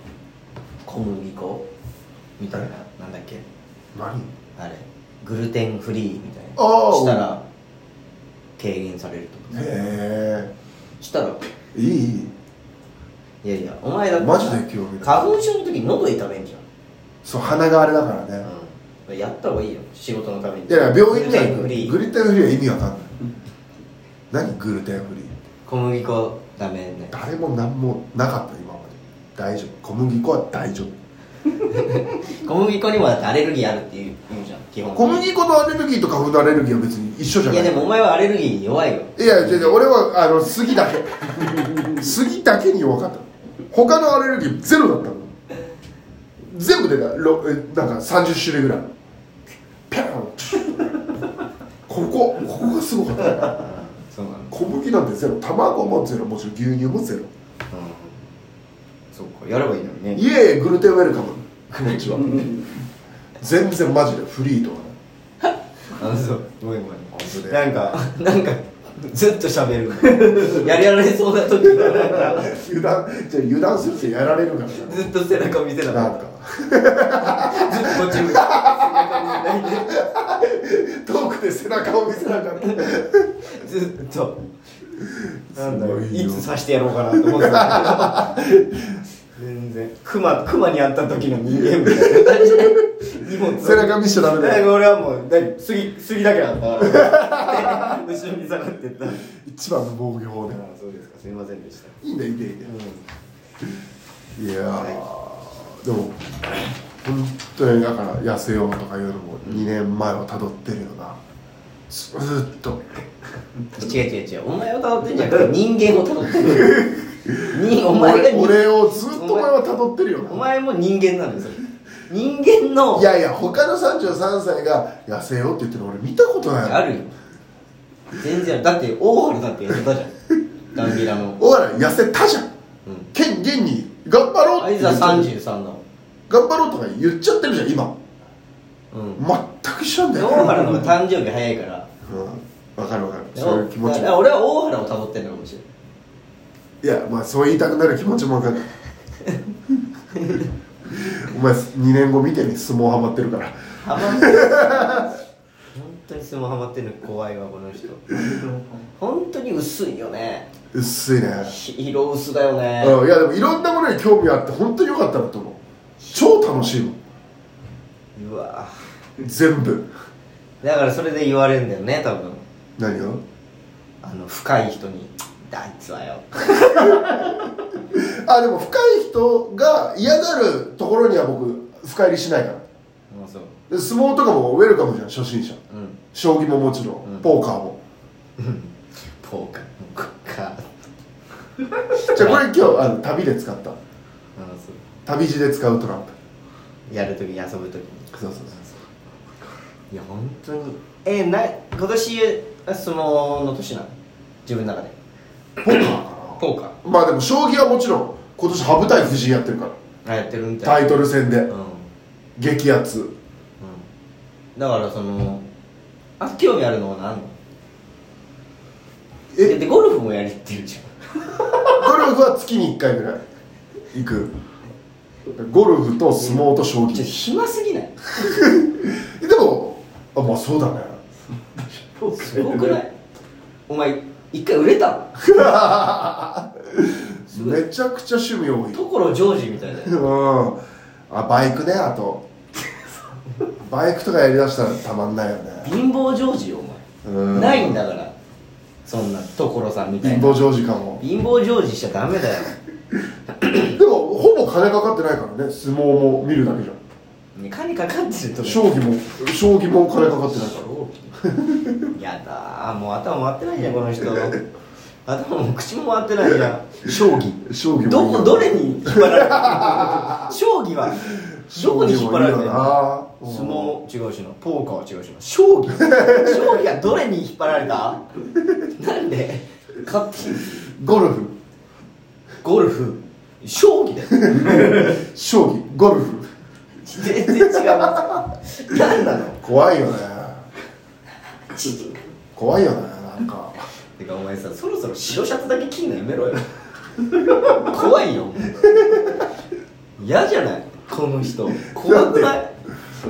[SPEAKER 1] 小麦粉みたいななんだっけ
[SPEAKER 2] 何
[SPEAKER 1] あれグルテンフリーみたいな
[SPEAKER 2] あー
[SPEAKER 1] したら軽減されるとか
[SPEAKER 2] へ
[SPEAKER 1] したら
[SPEAKER 2] えいいいい
[SPEAKER 1] いやいやお前だって
[SPEAKER 2] マジで興味ない
[SPEAKER 1] 花粉症の時喉痛めんじ
[SPEAKER 2] そう鼻があれだから
[SPEAKER 1] ゃん
[SPEAKER 2] ね、、
[SPEAKER 1] うん、やった方がいいよ仕事のために
[SPEAKER 2] いやいや病院には
[SPEAKER 1] グルテンフリー
[SPEAKER 2] グルテンフリーは意味わかんない、何グルテンフリーって
[SPEAKER 1] 小麦粉ダメね
[SPEAKER 2] 誰も何もなかった今まで大丈夫小麦粉は大丈夫
[SPEAKER 1] 小麦粉にもだってアレルギーあるって言う言うじゃん基本
[SPEAKER 2] 小麦粉のアレルギーと花粉のアレルギーは別に一緒じゃ
[SPEAKER 1] い
[SPEAKER 2] ない
[SPEAKER 1] やでもお前はアレルギーに弱いよ
[SPEAKER 2] いや違う違う俺はあの杉だけ杉だけに弱かった他のアレルギーゼロだったの全部出たろえなんか30種類ぐらいピャンここここがすごかっ
[SPEAKER 1] そ
[SPEAKER 2] た
[SPEAKER 1] うなんだ
[SPEAKER 2] 小麦なんてゼロ卵もゼロもちろん牛乳もゼロ
[SPEAKER 1] そうかやればいいのにね
[SPEAKER 2] イエーイグルテンウェルカムこんにちは全然マジでフリーとかね
[SPEAKER 1] あそうごめんごめん
[SPEAKER 2] 本当で
[SPEAKER 1] なんか なんかずっと喋 るのやりられそうな時はなんか
[SPEAKER 2] 油断じゃあ油断するとやられるからね
[SPEAKER 1] ずっと背中見せな
[SPEAKER 2] な
[SPEAKER 1] が
[SPEAKER 2] んか
[SPEAKER 1] らずっとこっち向いて背中見ない
[SPEAKER 2] 遠くで背中を見せなかった
[SPEAKER 1] でずっとなんだ
[SPEAKER 2] す
[SPEAKER 1] よ
[SPEAKER 2] ごい
[SPEAKER 1] い
[SPEAKER 2] よ
[SPEAKER 1] つ刺してやろうかなと思ってたけど全然クマクマに会った時の人間みたいな感じで荷 物を
[SPEAKER 2] 背中見しちゃダメだよ
[SPEAKER 1] だいぶ俺はもうだいぶ杉杉だけだったから 後ろに下がってったあ
[SPEAKER 2] 一番の防御法で
[SPEAKER 1] そうですかすみませんでした、
[SPEAKER 2] いいんだいいんだいいんだ
[SPEAKER 1] う
[SPEAKER 2] いやー、でも本当にだから痩せようとかいうのも2年前をたどってるよなずーっと
[SPEAKER 1] ん、違う違う違うお前をたどってんじゃなくて人間をたどってるにお前が
[SPEAKER 2] 俺
[SPEAKER 1] 人
[SPEAKER 2] 俺をずっとお前はたどってるよ
[SPEAKER 1] お
[SPEAKER 2] な
[SPEAKER 1] 前も人間なんですよ人間の
[SPEAKER 2] いやいや他の33歳が痩せようって言ってるの俺見たことない
[SPEAKER 1] あるよ全然あるだって大原だってやってたじゃんダンビラの
[SPEAKER 2] お笑い痩せたじゃん
[SPEAKER 1] うん
[SPEAKER 2] 県現に頑張ろう
[SPEAKER 1] あ
[SPEAKER 2] っ
[SPEAKER 1] い
[SPEAKER 2] て
[SPEAKER 1] つは
[SPEAKER 2] 言っちゃってる
[SPEAKER 1] 33だもん
[SPEAKER 2] 頑張ろうとか言っちゃってるじゃん今
[SPEAKER 1] うん
[SPEAKER 2] 全く一緒なんだ
[SPEAKER 1] 大
[SPEAKER 2] よ
[SPEAKER 1] 原の方が誕生日早いから
[SPEAKER 2] うんわかるわかるそういう気持
[SPEAKER 1] だ
[SPEAKER 2] ち
[SPEAKER 1] から俺は大原をたどってんのかもしれない
[SPEAKER 2] いやまあそう言いたくなる気持ちも わかるお前2年後見てみ相撲ハマってるから
[SPEAKER 1] ハマってる本当に相撲ハマってるの怖いわこの人本当に薄いよね
[SPEAKER 2] 薄いね、
[SPEAKER 1] 色薄だよね
[SPEAKER 2] うん、いやでもいろんなものに興味あって本当に良かったなと思う超楽しいもん
[SPEAKER 1] うわ
[SPEAKER 2] 全部
[SPEAKER 1] だからそれで言われるんだよね多分
[SPEAKER 2] 何を
[SPEAKER 1] あの深い人に「あいつはよ
[SPEAKER 2] あでも深い人が嫌がるところには僕深入りしないから」
[SPEAKER 1] もうそう
[SPEAKER 2] で相撲とかもウェルカムじゃん初心者
[SPEAKER 1] うん
[SPEAKER 2] 将棋ももちろん、
[SPEAKER 1] うん
[SPEAKER 2] ポーカーも
[SPEAKER 1] ポーカーポーカーあ
[SPEAKER 2] じゃあこれ今日あの旅で使った
[SPEAKER 1] そう
[SPEAKER 2] 旅路で使うトラン
[SPEAKER 1] やるときに遊ぶときに
[SPEAKER 2] プそうそうそう
[SPEAKER 1] いや本当にえな今年相撲の年なの自分の中で
[SPEAKER 2] ポーカーかな
[SPEAKER 1] ポーカ
[SPEAKER 2] まあでも将棋はもちろん今年羽生対藤井やってるから
[SPEAKER 1] ーあやってるみた
[SPEAKER 2] タ
[SPEAKER 1] い
[SPEAKER 2] イトル戦で
[SPEAKER 1] うん、うん、
[SPEAKER 2] 激アツ
[SPEAKER 1] だからそのあ興味あるのは何の
[SPEAKER 2] え
[SPEAKER 1] でゴルフもやりってるじ
[SPEAKER 2] ゴルフは月に1回ぐらい行くゴルフと相撲と将
[SPEAKER 1] ゃんちょっと
[SPEAKER 2] 棋
[SPEAKER 1] 暇すぎない
[SPEAKER 2] でもあまあそうだね
[SPEAKER 1] すごくないお前一回売れたのすごい
[SPEAKER 2] めちゃくちゃ趣味多い
[SPEAKER 1] 所ジョージみたいだよ
[SPEAKER 2] うんあバイクねあとバイクとかやりだしたらたまんないよね
[SPEAKER 1] 貧乏ジョージよお前、
[SPEAKER 2] うん
[SPEAKER 1] ないんだからそんな所さんみた
[SPEAKER 2] 貧
[SPEAKER 1] い
[SPEAKER 2] 乏
[SPEAKER 1] な
[SPEAKER 2] ジョージかも
[SPEAKER 1] 貧乏ジョージしちゃダメだよ
[SPEAKER 2] でもほぼ金かかってないからね相撲も見るだけじゃん
[SPEAKER 1] ね金かかってると
[SPEAKER 2] 将棋も将棋も金かかってないから
[SPEAKER 1] やだーもう頭回ってないじゃんこの人頭も口も回ってないじゃん将棋
[SPEAKER 2] 将棋もいいよ
[SPEAKER 1] どこどれに引っ張られる将棋はどこに引っ張られてるの
[SPEAKER 2] ああ
[SPEAKER 1] 相撲違うしのポーカーは違うしの将棋将棋はどれに引っ張られたなんで勝手に
[SPEAKER 2] ゴルフ
[SPEAKER 1] ゴルフ将棋だよ
[SPEAKER 2] 将棋ゴルフ
[SPEAKER 1] 全然違う何なの
[SPEAKER 2] 怖いよね
[SPEAKER 1] ちょっと
[SPEAKER 2] 怖いよねなんか
[SPEAKER 1] てかお前さそろそろ白シャツだけ着んのやめろよ 怖いよもう嫌じゃないこの人怖くない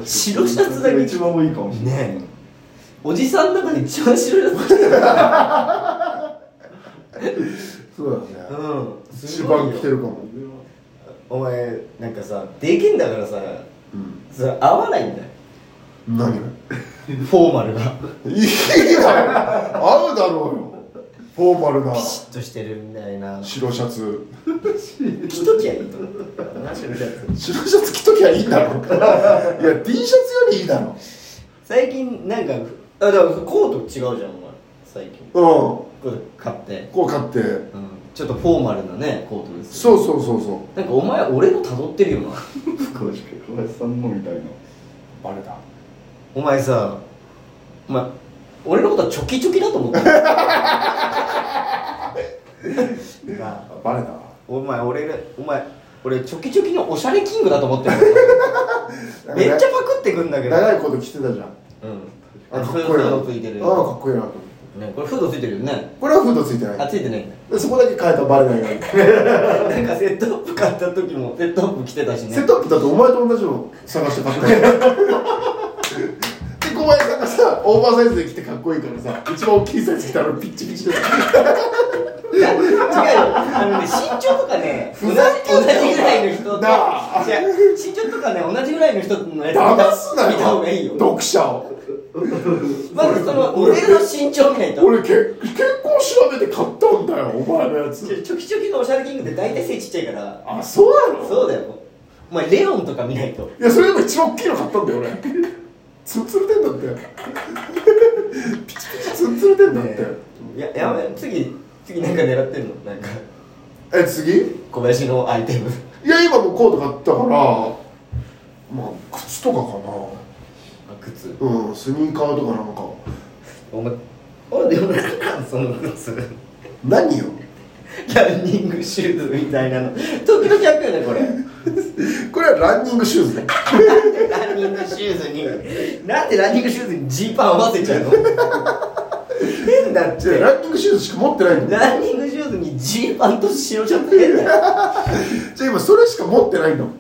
[SPEAKER 1] 白シャツだけ
[SPEAKER 3] 一
[SPEAKER 1] 着
[SPEAKER 3] 番いいかもしれない
[SPEAKER 1] ねえおじさんの中で一番白シャツ着てる
[SPEAKER 2] そうだよね
[SPEAKER 1] うんす
[SPEAKER 2] 一
[SPEAKER 1] ごいよ
[SPEAKER 2] 番来てるかも
[SPEAKER 1] お前なんかさでけんだからさ
[SPEAKER 2] うん
[SPEAKER 1] それ合わないんだよ
[SPEAKER 2] 何が
[SPEAKER 1] フォーマルが
[SPEAKER 2] いいだろ合うだろうよフォーマルな
[SPEAKER 1] ピシッとしてるみたいな
[SPEAKER 2] 白シャツ
[SPEAKER 1] 着ときゃいいと思ったからな白シャツ
[SPEAKER 2] 白シャツ着ときゃいいんだ ろいや T シャツよりいいだろ
[SPEAKER 1] 最近なんかあだからコート違うじゃんお前最近
[SPEAKER 2] う
[SPEAKER 1] これ買って
[SPEAKER 2] ん、こう買って
[SPEAKER 1] うん、ちょっとフォーマルなねコートです
[SPEAKER 2] そうそうそうそう
[SPEAKER 1] なんかお前俺の辿ってる よな
[SPEAKER 3] 確かに小林さんのみたいな
[SPEAKER 2] バレた
[SPEAKER 1] お前さお前俺のことはチョキチョキだと 思ってるなあ
[SPEAKER 2] バレた
[SPEAKER 1] お前俺らお前俺チョキチョキのおしゃれキングだと思 ってるめっちゃパクってくんだけど
[SPEAKER 2] 長いこと着てたじゃん
[SPEAKER 1] うん
[SPEAKER 2] あ
[SPEAKER 1] あ
[SPEAKER 2] かっ
[SPEAKER 1] そ
[SPEAKER 2] こ
[SPEAKER 1] うい
[SPEAKER 2] いいう
[SPEAKER 1] フ
[SPEAKER 2] な
[SPEAKER 1] ードついてる
[SPEAKER 2] ああかっこいいなと思って
[SPEAKER 1] ねこれフードついてるよね
[SPEAKER 2] これはフードついてな
[SPEAKER 1] あ
[SPEAKER 2] い
[SPEAKER 1] ついて ないんだ
[SPEAKER 2] でそこだけ変えたらバレないから
[SPEAKER 1] なんかセットアップ買った時もセットアップ着てたしね
[SPEAKER 2] セットアップだとお前と同じの探して 買ってないで小林さんがさオーバーサイズで着てかっこいいからさ一番大きいサイズ着たらピッチピチで
[SPEAKER 1] いや違うよあのね身長とかね
[SPEAKER 2] ふ
[SPEAKER 1] 同じ
[SPEAKER 2] ざけ
[SPEAKER 1] 同じ
[SPEAKER 2] んなよ
[SPEAKER 1] ぐらいの人と
[SPEAKER 2] なあ
[SPEAKER 1] 違う身長とかね同じぐらいの人のやつ見た
[SPEAKER 2] 騙すなよ
[SPEAKER 1] 見た方がいいよ
[SPEAKER 2] 読者を
[SPEAKER 1] まずその俺の身長見ないと
[SPEAKER 2] 俺け結婚調べて買ったんだよお前のや
[SPEAKER 1] ちょ
[SPEAKER 2] つ
[SPEAKER 1] チョキチョキのおしゃれキングって大体背ちっちゃいから
[SPEAKER 2] あそうなの
[SPEAKER 1] そうだよお前レオンとか見ないと
[SPEAKER 2] いやそれでも一番大きいの買ったんだよ俺つるつるてんだってピチピチつるつるてんだって、
[SPEAKER 1] いややめ次次なんか狙ってんのなんか
[SPEAKER 2] え次い
[SPEAKER 1] 小林のアイテム
[SPEAKER 2] や今もうコート買ったからまあ靴とかか
[SPEAKER 1] あ靴
[SPEAKER 2] なうんスニーカーとかなんか
[SPEAKER 1] お前あでもなんなんその靴
[SPEAKER 2] 何よ
[SPEAKER 1] ランニングシューズみたいなの時々開くよねこれ
[SPEAKER 2] これはランニングシューズね
[SPEAKER 1] なんでランニングシューズになんでランニングシューズにジーパン合わせちゃうの変だっ
[SPEAKER 2] じゃあ
[SPEAKER 1] て
[SPEAKER 2] ランニングシューズしか持ってないんだよ
[SPEAKER 1] ランニングシューズにジーパンと白シャツ変だよ
[SPEAKER 2] じゃあ今それしか持ってないんだもん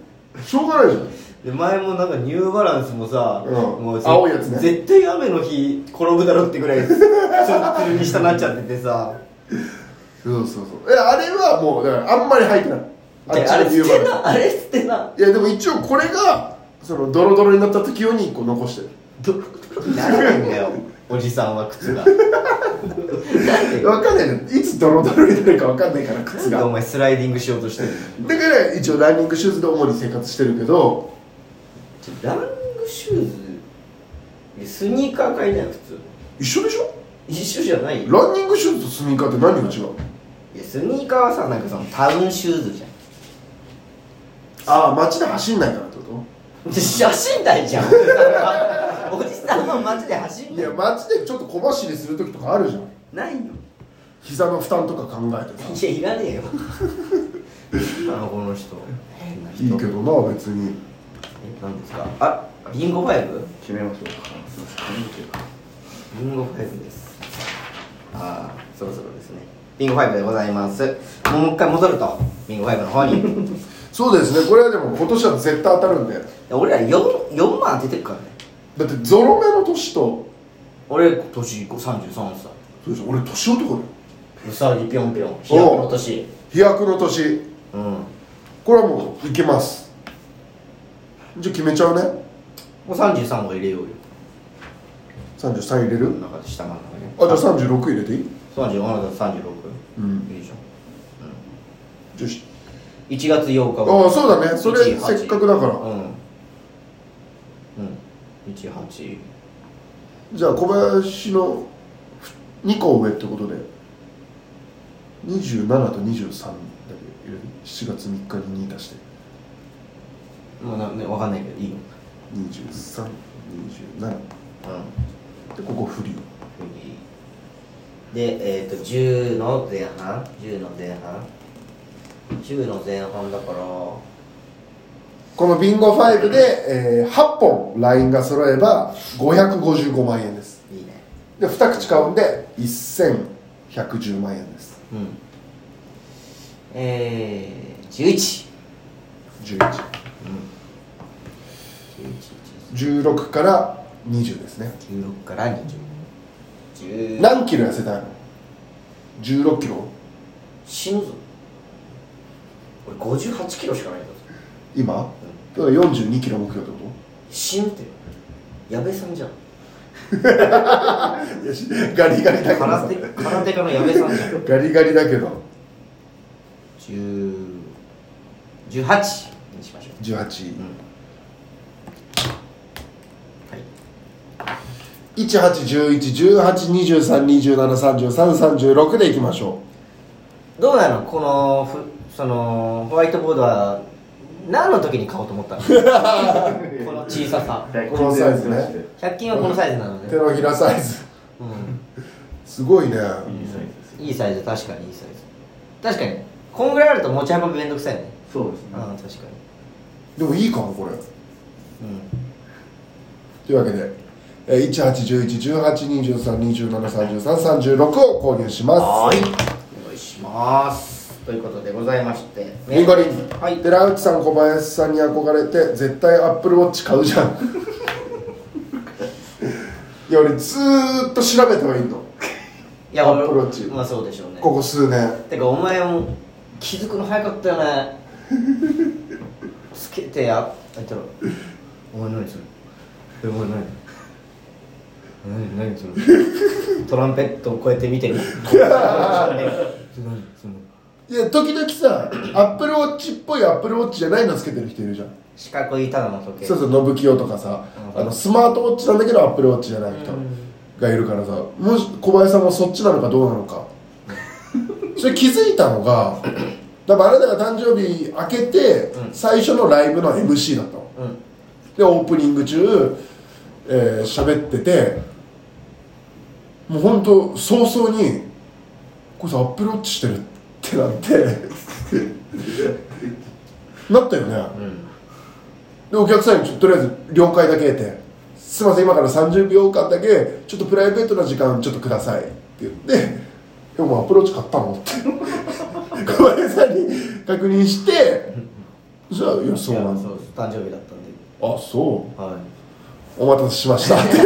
[SPEAKER 2] しょうがないじゃん
[SPEAKER 1] で前もなんかニューバランスもさ、
[SPEAKER 2] うん
[SPEAKER 1] もうぜ
[SPEAKER 2] 青いやつね
[SPEAKER 1] 絶対雨の日転ぶだろってぐらいツルツルにしたなっちゃっててさ
[SPEAKER 2] そうそうそうえあれはもうだからあんまり履いてない
[SPEAKER 1] あれ
[SPEAKER 2] っち
[SPEAKER 1] 捨て
[SPEAKER 2] の言うまで
[SPEAKER 1] なあれ捨てない
[SPEAKER 2] やでも一応これがそのドロドロになった時用に1個残してる
[SPEAKER 1] どなれんだよおじさんは靴がなんで
[SPEAKER 2] 分かんないのいつドロドロになるか分かんないから
[SPEAKER 1] なん
[SPEAKER 2] 靴
[SPEAKER 1] でお
[SPEAKER 2] が
[SPEAKER 1] 前スライディングしようとしてる
[SPEAKER 2] だから一応ランニングシューズで主に生活してるけど
[SPEAKER 1] ちょランニングシューズスニーカー買いなよ普通
[SPEAKER 2] 一緒でしょ
[SPEAKER 1] 一緒じゃないよ
[SPEAKER 2] ランニングシューズとスニーカーって何が違う
[SPEAKER 1] いやスニーカーはさなんかそのタウンシューズじゃん
[SPEAKER 2] ああ街で走んないからってこ
[SPEAKER 1] 走んないじゃん おじさんは街で走
[SPEAKER 2] と
[SPEAKER 1] ん
[SPEAKER 2] い
[SPEAKER 1] ない
[SPEAKER 2] や街でちょっと小走りする時とかあるじゃん
[SPEAKER 1] ないよ
[SPEAKER 2] 膝の負担とか考えてさ
[SPEAKER 1] いやいらねえよあのこの人変な人
[SPEAKER 2] いいけどな別に
[SPEAKER 1] え何ですかあビンゴファイブ
[SPEAKER 3] 決めましょうかそうですか
[SPEAKER 1] ビンゴファイブですああそろそろですねビンゴファイブでございますもう一回戻るとビンゴファイブの方 に
[SPEAKER 2] そうですねこれはでも今年は絶対当たるんで
[SPEAKER 1] 俺ら 4, 4万当ててるからね
[SPEAKER 2] だってゾロ目の年と
[SPEAKER 1] 俺年子33歳
[SPEAKER 2] そうでしょ俺年男だよ
[SPEAKER 1] うさぎぴょんぴょん飛躍の年
[SPEAKER 2] 飛躍の年
[SPEAKER 1] うん
[SPEAKER 2] これはもういけますじゃあ決めちゃうね
[SPEAKER 1] もう33を入れようよ
[SPEAKER 2] 33入れる
[SPEAKER 1] この中で下真ん中ね
[SPEAKER 2] あじゃあ36入れていい
[SPEAKER 1] 34あなた36
[SPEAKER 2] うん
[SPEAKER 1] いいじゃん
[SPEAKER 2] じゃあし
[SPEAKER 1] 1月8日
[SPEAKER 2] ああそうだねそれせっかくだから
[SPEAKER 1] うんうん18
[SPEAKER 2] じゃあ小林の2個上ってことで27と23だけ入れる7月3日に2足して
[SPEAKER 1] もうなねわかんないけどいいよ
[SPEAKER 2] 2327
[SPEAKER 1] うん
[SPEAKER 2] でここフリー
[SPEAKER 1] でえっ、と10の前半10の前半10の前半だから
[SPEAKER 2] このビンゴ5で、えー8本ラインが揃えば555万円です
[SPEAKER 1] いいね
[SPEAKER 2] で2口買うんで1110万円です
[SPEAKER 1] うんえー、11
[SPEAKER 2] 1116
[SPEAKER 1] うん
[SPEAKER 2] から20ですね
[SPEAKER 1] 1116から2010
[SPEAKER 2] 何キロ痩せたいの16キロ
[SPEAKER 1] 死ぬぞ俺58キロしかないんだぞ
[SPEAKER 2] 今だから42キロ目標ってこ
[SPEAKER 1] 死ぬって矢部さんじ ゃん
[SPEAKER 2] といやしガリガリだけど
[SPEAKER 1] 空
[SPEAKER 2] さ
[SPEAKER 1] 手空手家の矢部さんじゃん
[SPEAKER 2] ガリガリだけど
[SPEAKER 1] 10 18にしましょう、う
[SPEAKER 2] 1818
[SPEAKER 1] ん、はい
[SPEAKER 2] 1 1 8 2 3 2 7 3 3 3 6でいきましょ
[SPEAKER 1] どうなのこのふそのホワイトボードは何の時に買おうと思った のこの小ささ
[SPEAKER 2] このサイズね
[SPEAKER 1] 100均はこのサイズなのね
[SPEAKER 2] う手、のひらサイズ
[SPEAKER 1] う
[SPEAKER 2] すごいね
[SPEAKER 3] いいサイズです
[SPEAKER 1] ん、
[SPEAKER 3] よ
[SPEAKER 1] いいサイズ確かにいいサイズ確かにこんぐらいあると持ち運びめんどくさいね
[SPEAKER 3] そうですね
[SPEAKER 1] う ん確かに
[SPEAKER 2] でもいいかもこ
[SPEAKER 1] う
[SPEAKER 2] れ
[SPEAKER 1] ん
[SPEAKER 2] というわけでえー18111823273336を購入しま
[SPEAKER 1] いお願いしますということでございまして、ね
[SPEAKER 2] すリンゴリン、
[SPEAKER 1] はい
[SPEAKER 2] 寺内さん小林さんに憧れて絶対アップルウォッチ買うじゃ んいや俺ずーっと調べてはいいの
[SPEAKER 1] いや
[SPEAKER 2] アプローチ
[SPEAKER 1] まあそうでしょうね
[SPEAKER 2] ここ数年
[SPEAKER 1] てかお前も気づくの早かったよねつけてやあいたらお前何するえお前何何何それトランペットをこうやって見 てるそれ何それ
[SPEAKER 2] いや時々さアップルウォッチっぽいアップルウォッチじゃないのつけてる人いるじゃん
[SPEAKER 1] 四角いただの時計
[SPEAKER 2] そうそう信清とかさ
[SPEAKER 1] うん
[SPEAKER 2] あのスマートウォッチなんだけどアップルウォッチじゃない人
[SPEAKER 1] うん
[SPEAKER 2] がいるからさもし小林さんもそっちなのかどうなの かそれ気づいたの がだからあなたが誕生日明けて
[SPEAKER 1] うん
[SPEAKER 2] 最初のライブの MC だったの
[SPEAKER 1] うん
[SPEAKER 2] でオープニング中えー喋、っててもうほんと早々に「こいつアップルウォッチしてる」ってなって なったよね、
[SPEAKER 1] うん
[SPEAKER 2] でお客さんにちょとりあえず了解だけ得て「すいません今から30秒間だけちょっとプライベートな時間ちょっとください」って言って「えお前アプローチ買ったの?」って 小林さんに確認して「じゃあいやそう
[SPEAKER 1] い
[SPEAKER 2] な
[SPEAKER 1] や
[SPEAKER 2] んだ
[SPEAKER 1] そうです誕生日だったんで
[SPEAKER 2] あそ
[SPEAKER 1] は
[SPEAKER 2] うお待たせしました」って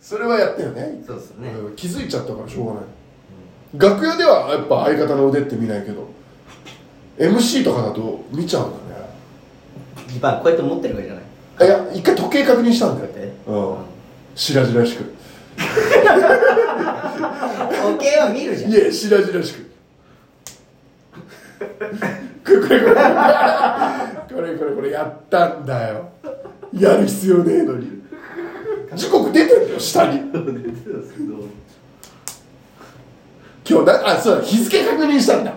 [SPEAKER 2] それはやったよね
[SPEAKER 1] いそうですね
[SPEAKER 2] うん気づいちゃったからしょうがない、楽屋ではやっぱ相方の腕って見ないけど MC とかだと見ちゃうんだね
[SPEAKER 1] ギバンこうやって持ってるわけじゃない
[SPEAKER 2] あいや一回時計確認したんだ
[SPEAKER 1] こうや
[SPEAKER 2] よ
[SPEAKER 1] って
[SPEAKER 2] うん白々しく
[SPEAKER 1] 時計は見るじゃん
[SPEAKER 2] いえ白々しくこれこれこれこれこれこれやったんだよやる必要ねえのに時刻出てるよ下に
[SPEAKER 3] そうですけど
[SPEAKER 2] 今日なあそうだ日付確認したんだ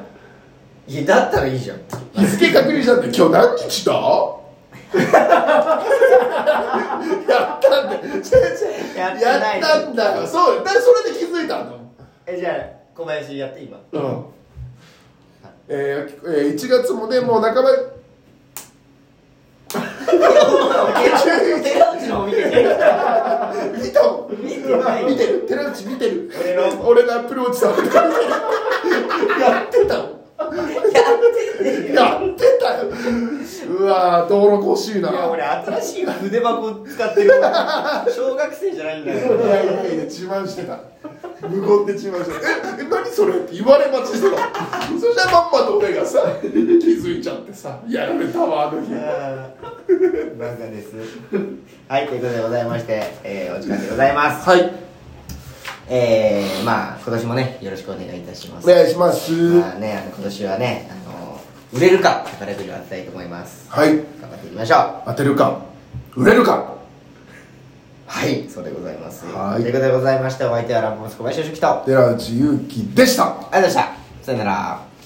[SPEAKER 1] いやだったらいいじゃん
[SPEAKER 2] 日付確認したんだ今日何日だ やったんだ
[SPEAKER 1] やっ
[SPEAKER 2] よ
[SPEAKER 1] てな
[SPEAKER 2] や
[SPEAKER 1] い
[SPEAKER 2] ったんだよそうだからそれで気づいたんだもん
[SPEAKER 1] えじゃあ小林やって今
[SPEAKER 2] うんえーえー、1月もねもう半ば
[SPEAKER 1] 手打ちの方見てない
[SPEAKER 2] 見たもん
[SPEAKER 1] 見てない
[SPEAKER 2] 見てる寺内見てる
[SPEAKER 1] 俺の
[SPEAKER 2] 俺のアップルウォッチさんやってたも
[SPEAKER 1] や
[SPEAKER 2] ん
[SPEAKER 1] ってんねんよ
[SPEAKER 2] やってたようわー道路欲しいない
[SPEAKER 1] や俺新しい 筆箱使ってる小学生じゃないんだ
[SPEAKER 2] い
[SPEAKER 1] よ
[SPEAKER 2] やいやいや自慢してた無言で自慢してた「ええ 何それ?」って言われ待ちしてたそしたらまんまと俺がさ気づいちゃってさやられたわあの日
[SPEAKER 1] あーバカですはいということでございまして、えーお時間でございます
[SPEAKER 2] はい
[SPEAKER 1] えー、まあ今年もねよろしくお願いいたしま
[SPEAKER 2] お
[SPEAKER 1] す
[SPEAKER 2] 願いします
[SPEAKER 1] まあねあの今年はねあの売れるか宝くじを当てたいと思います
[SPEAKER 2] はい
[SPEAKER 1] 頑張っていきましょう
[SPEAKER 2] 当てるか売れるか
[SPEAKER 1] はいそうでございます
[SPEAKER 2] はい
[SPEAKER 1] ということでございましてお相手はランボムス小林良樹とありがとう
[SPEAKER 2] 寺内優輝でした
[SPEAKER 1] ございましたさよなら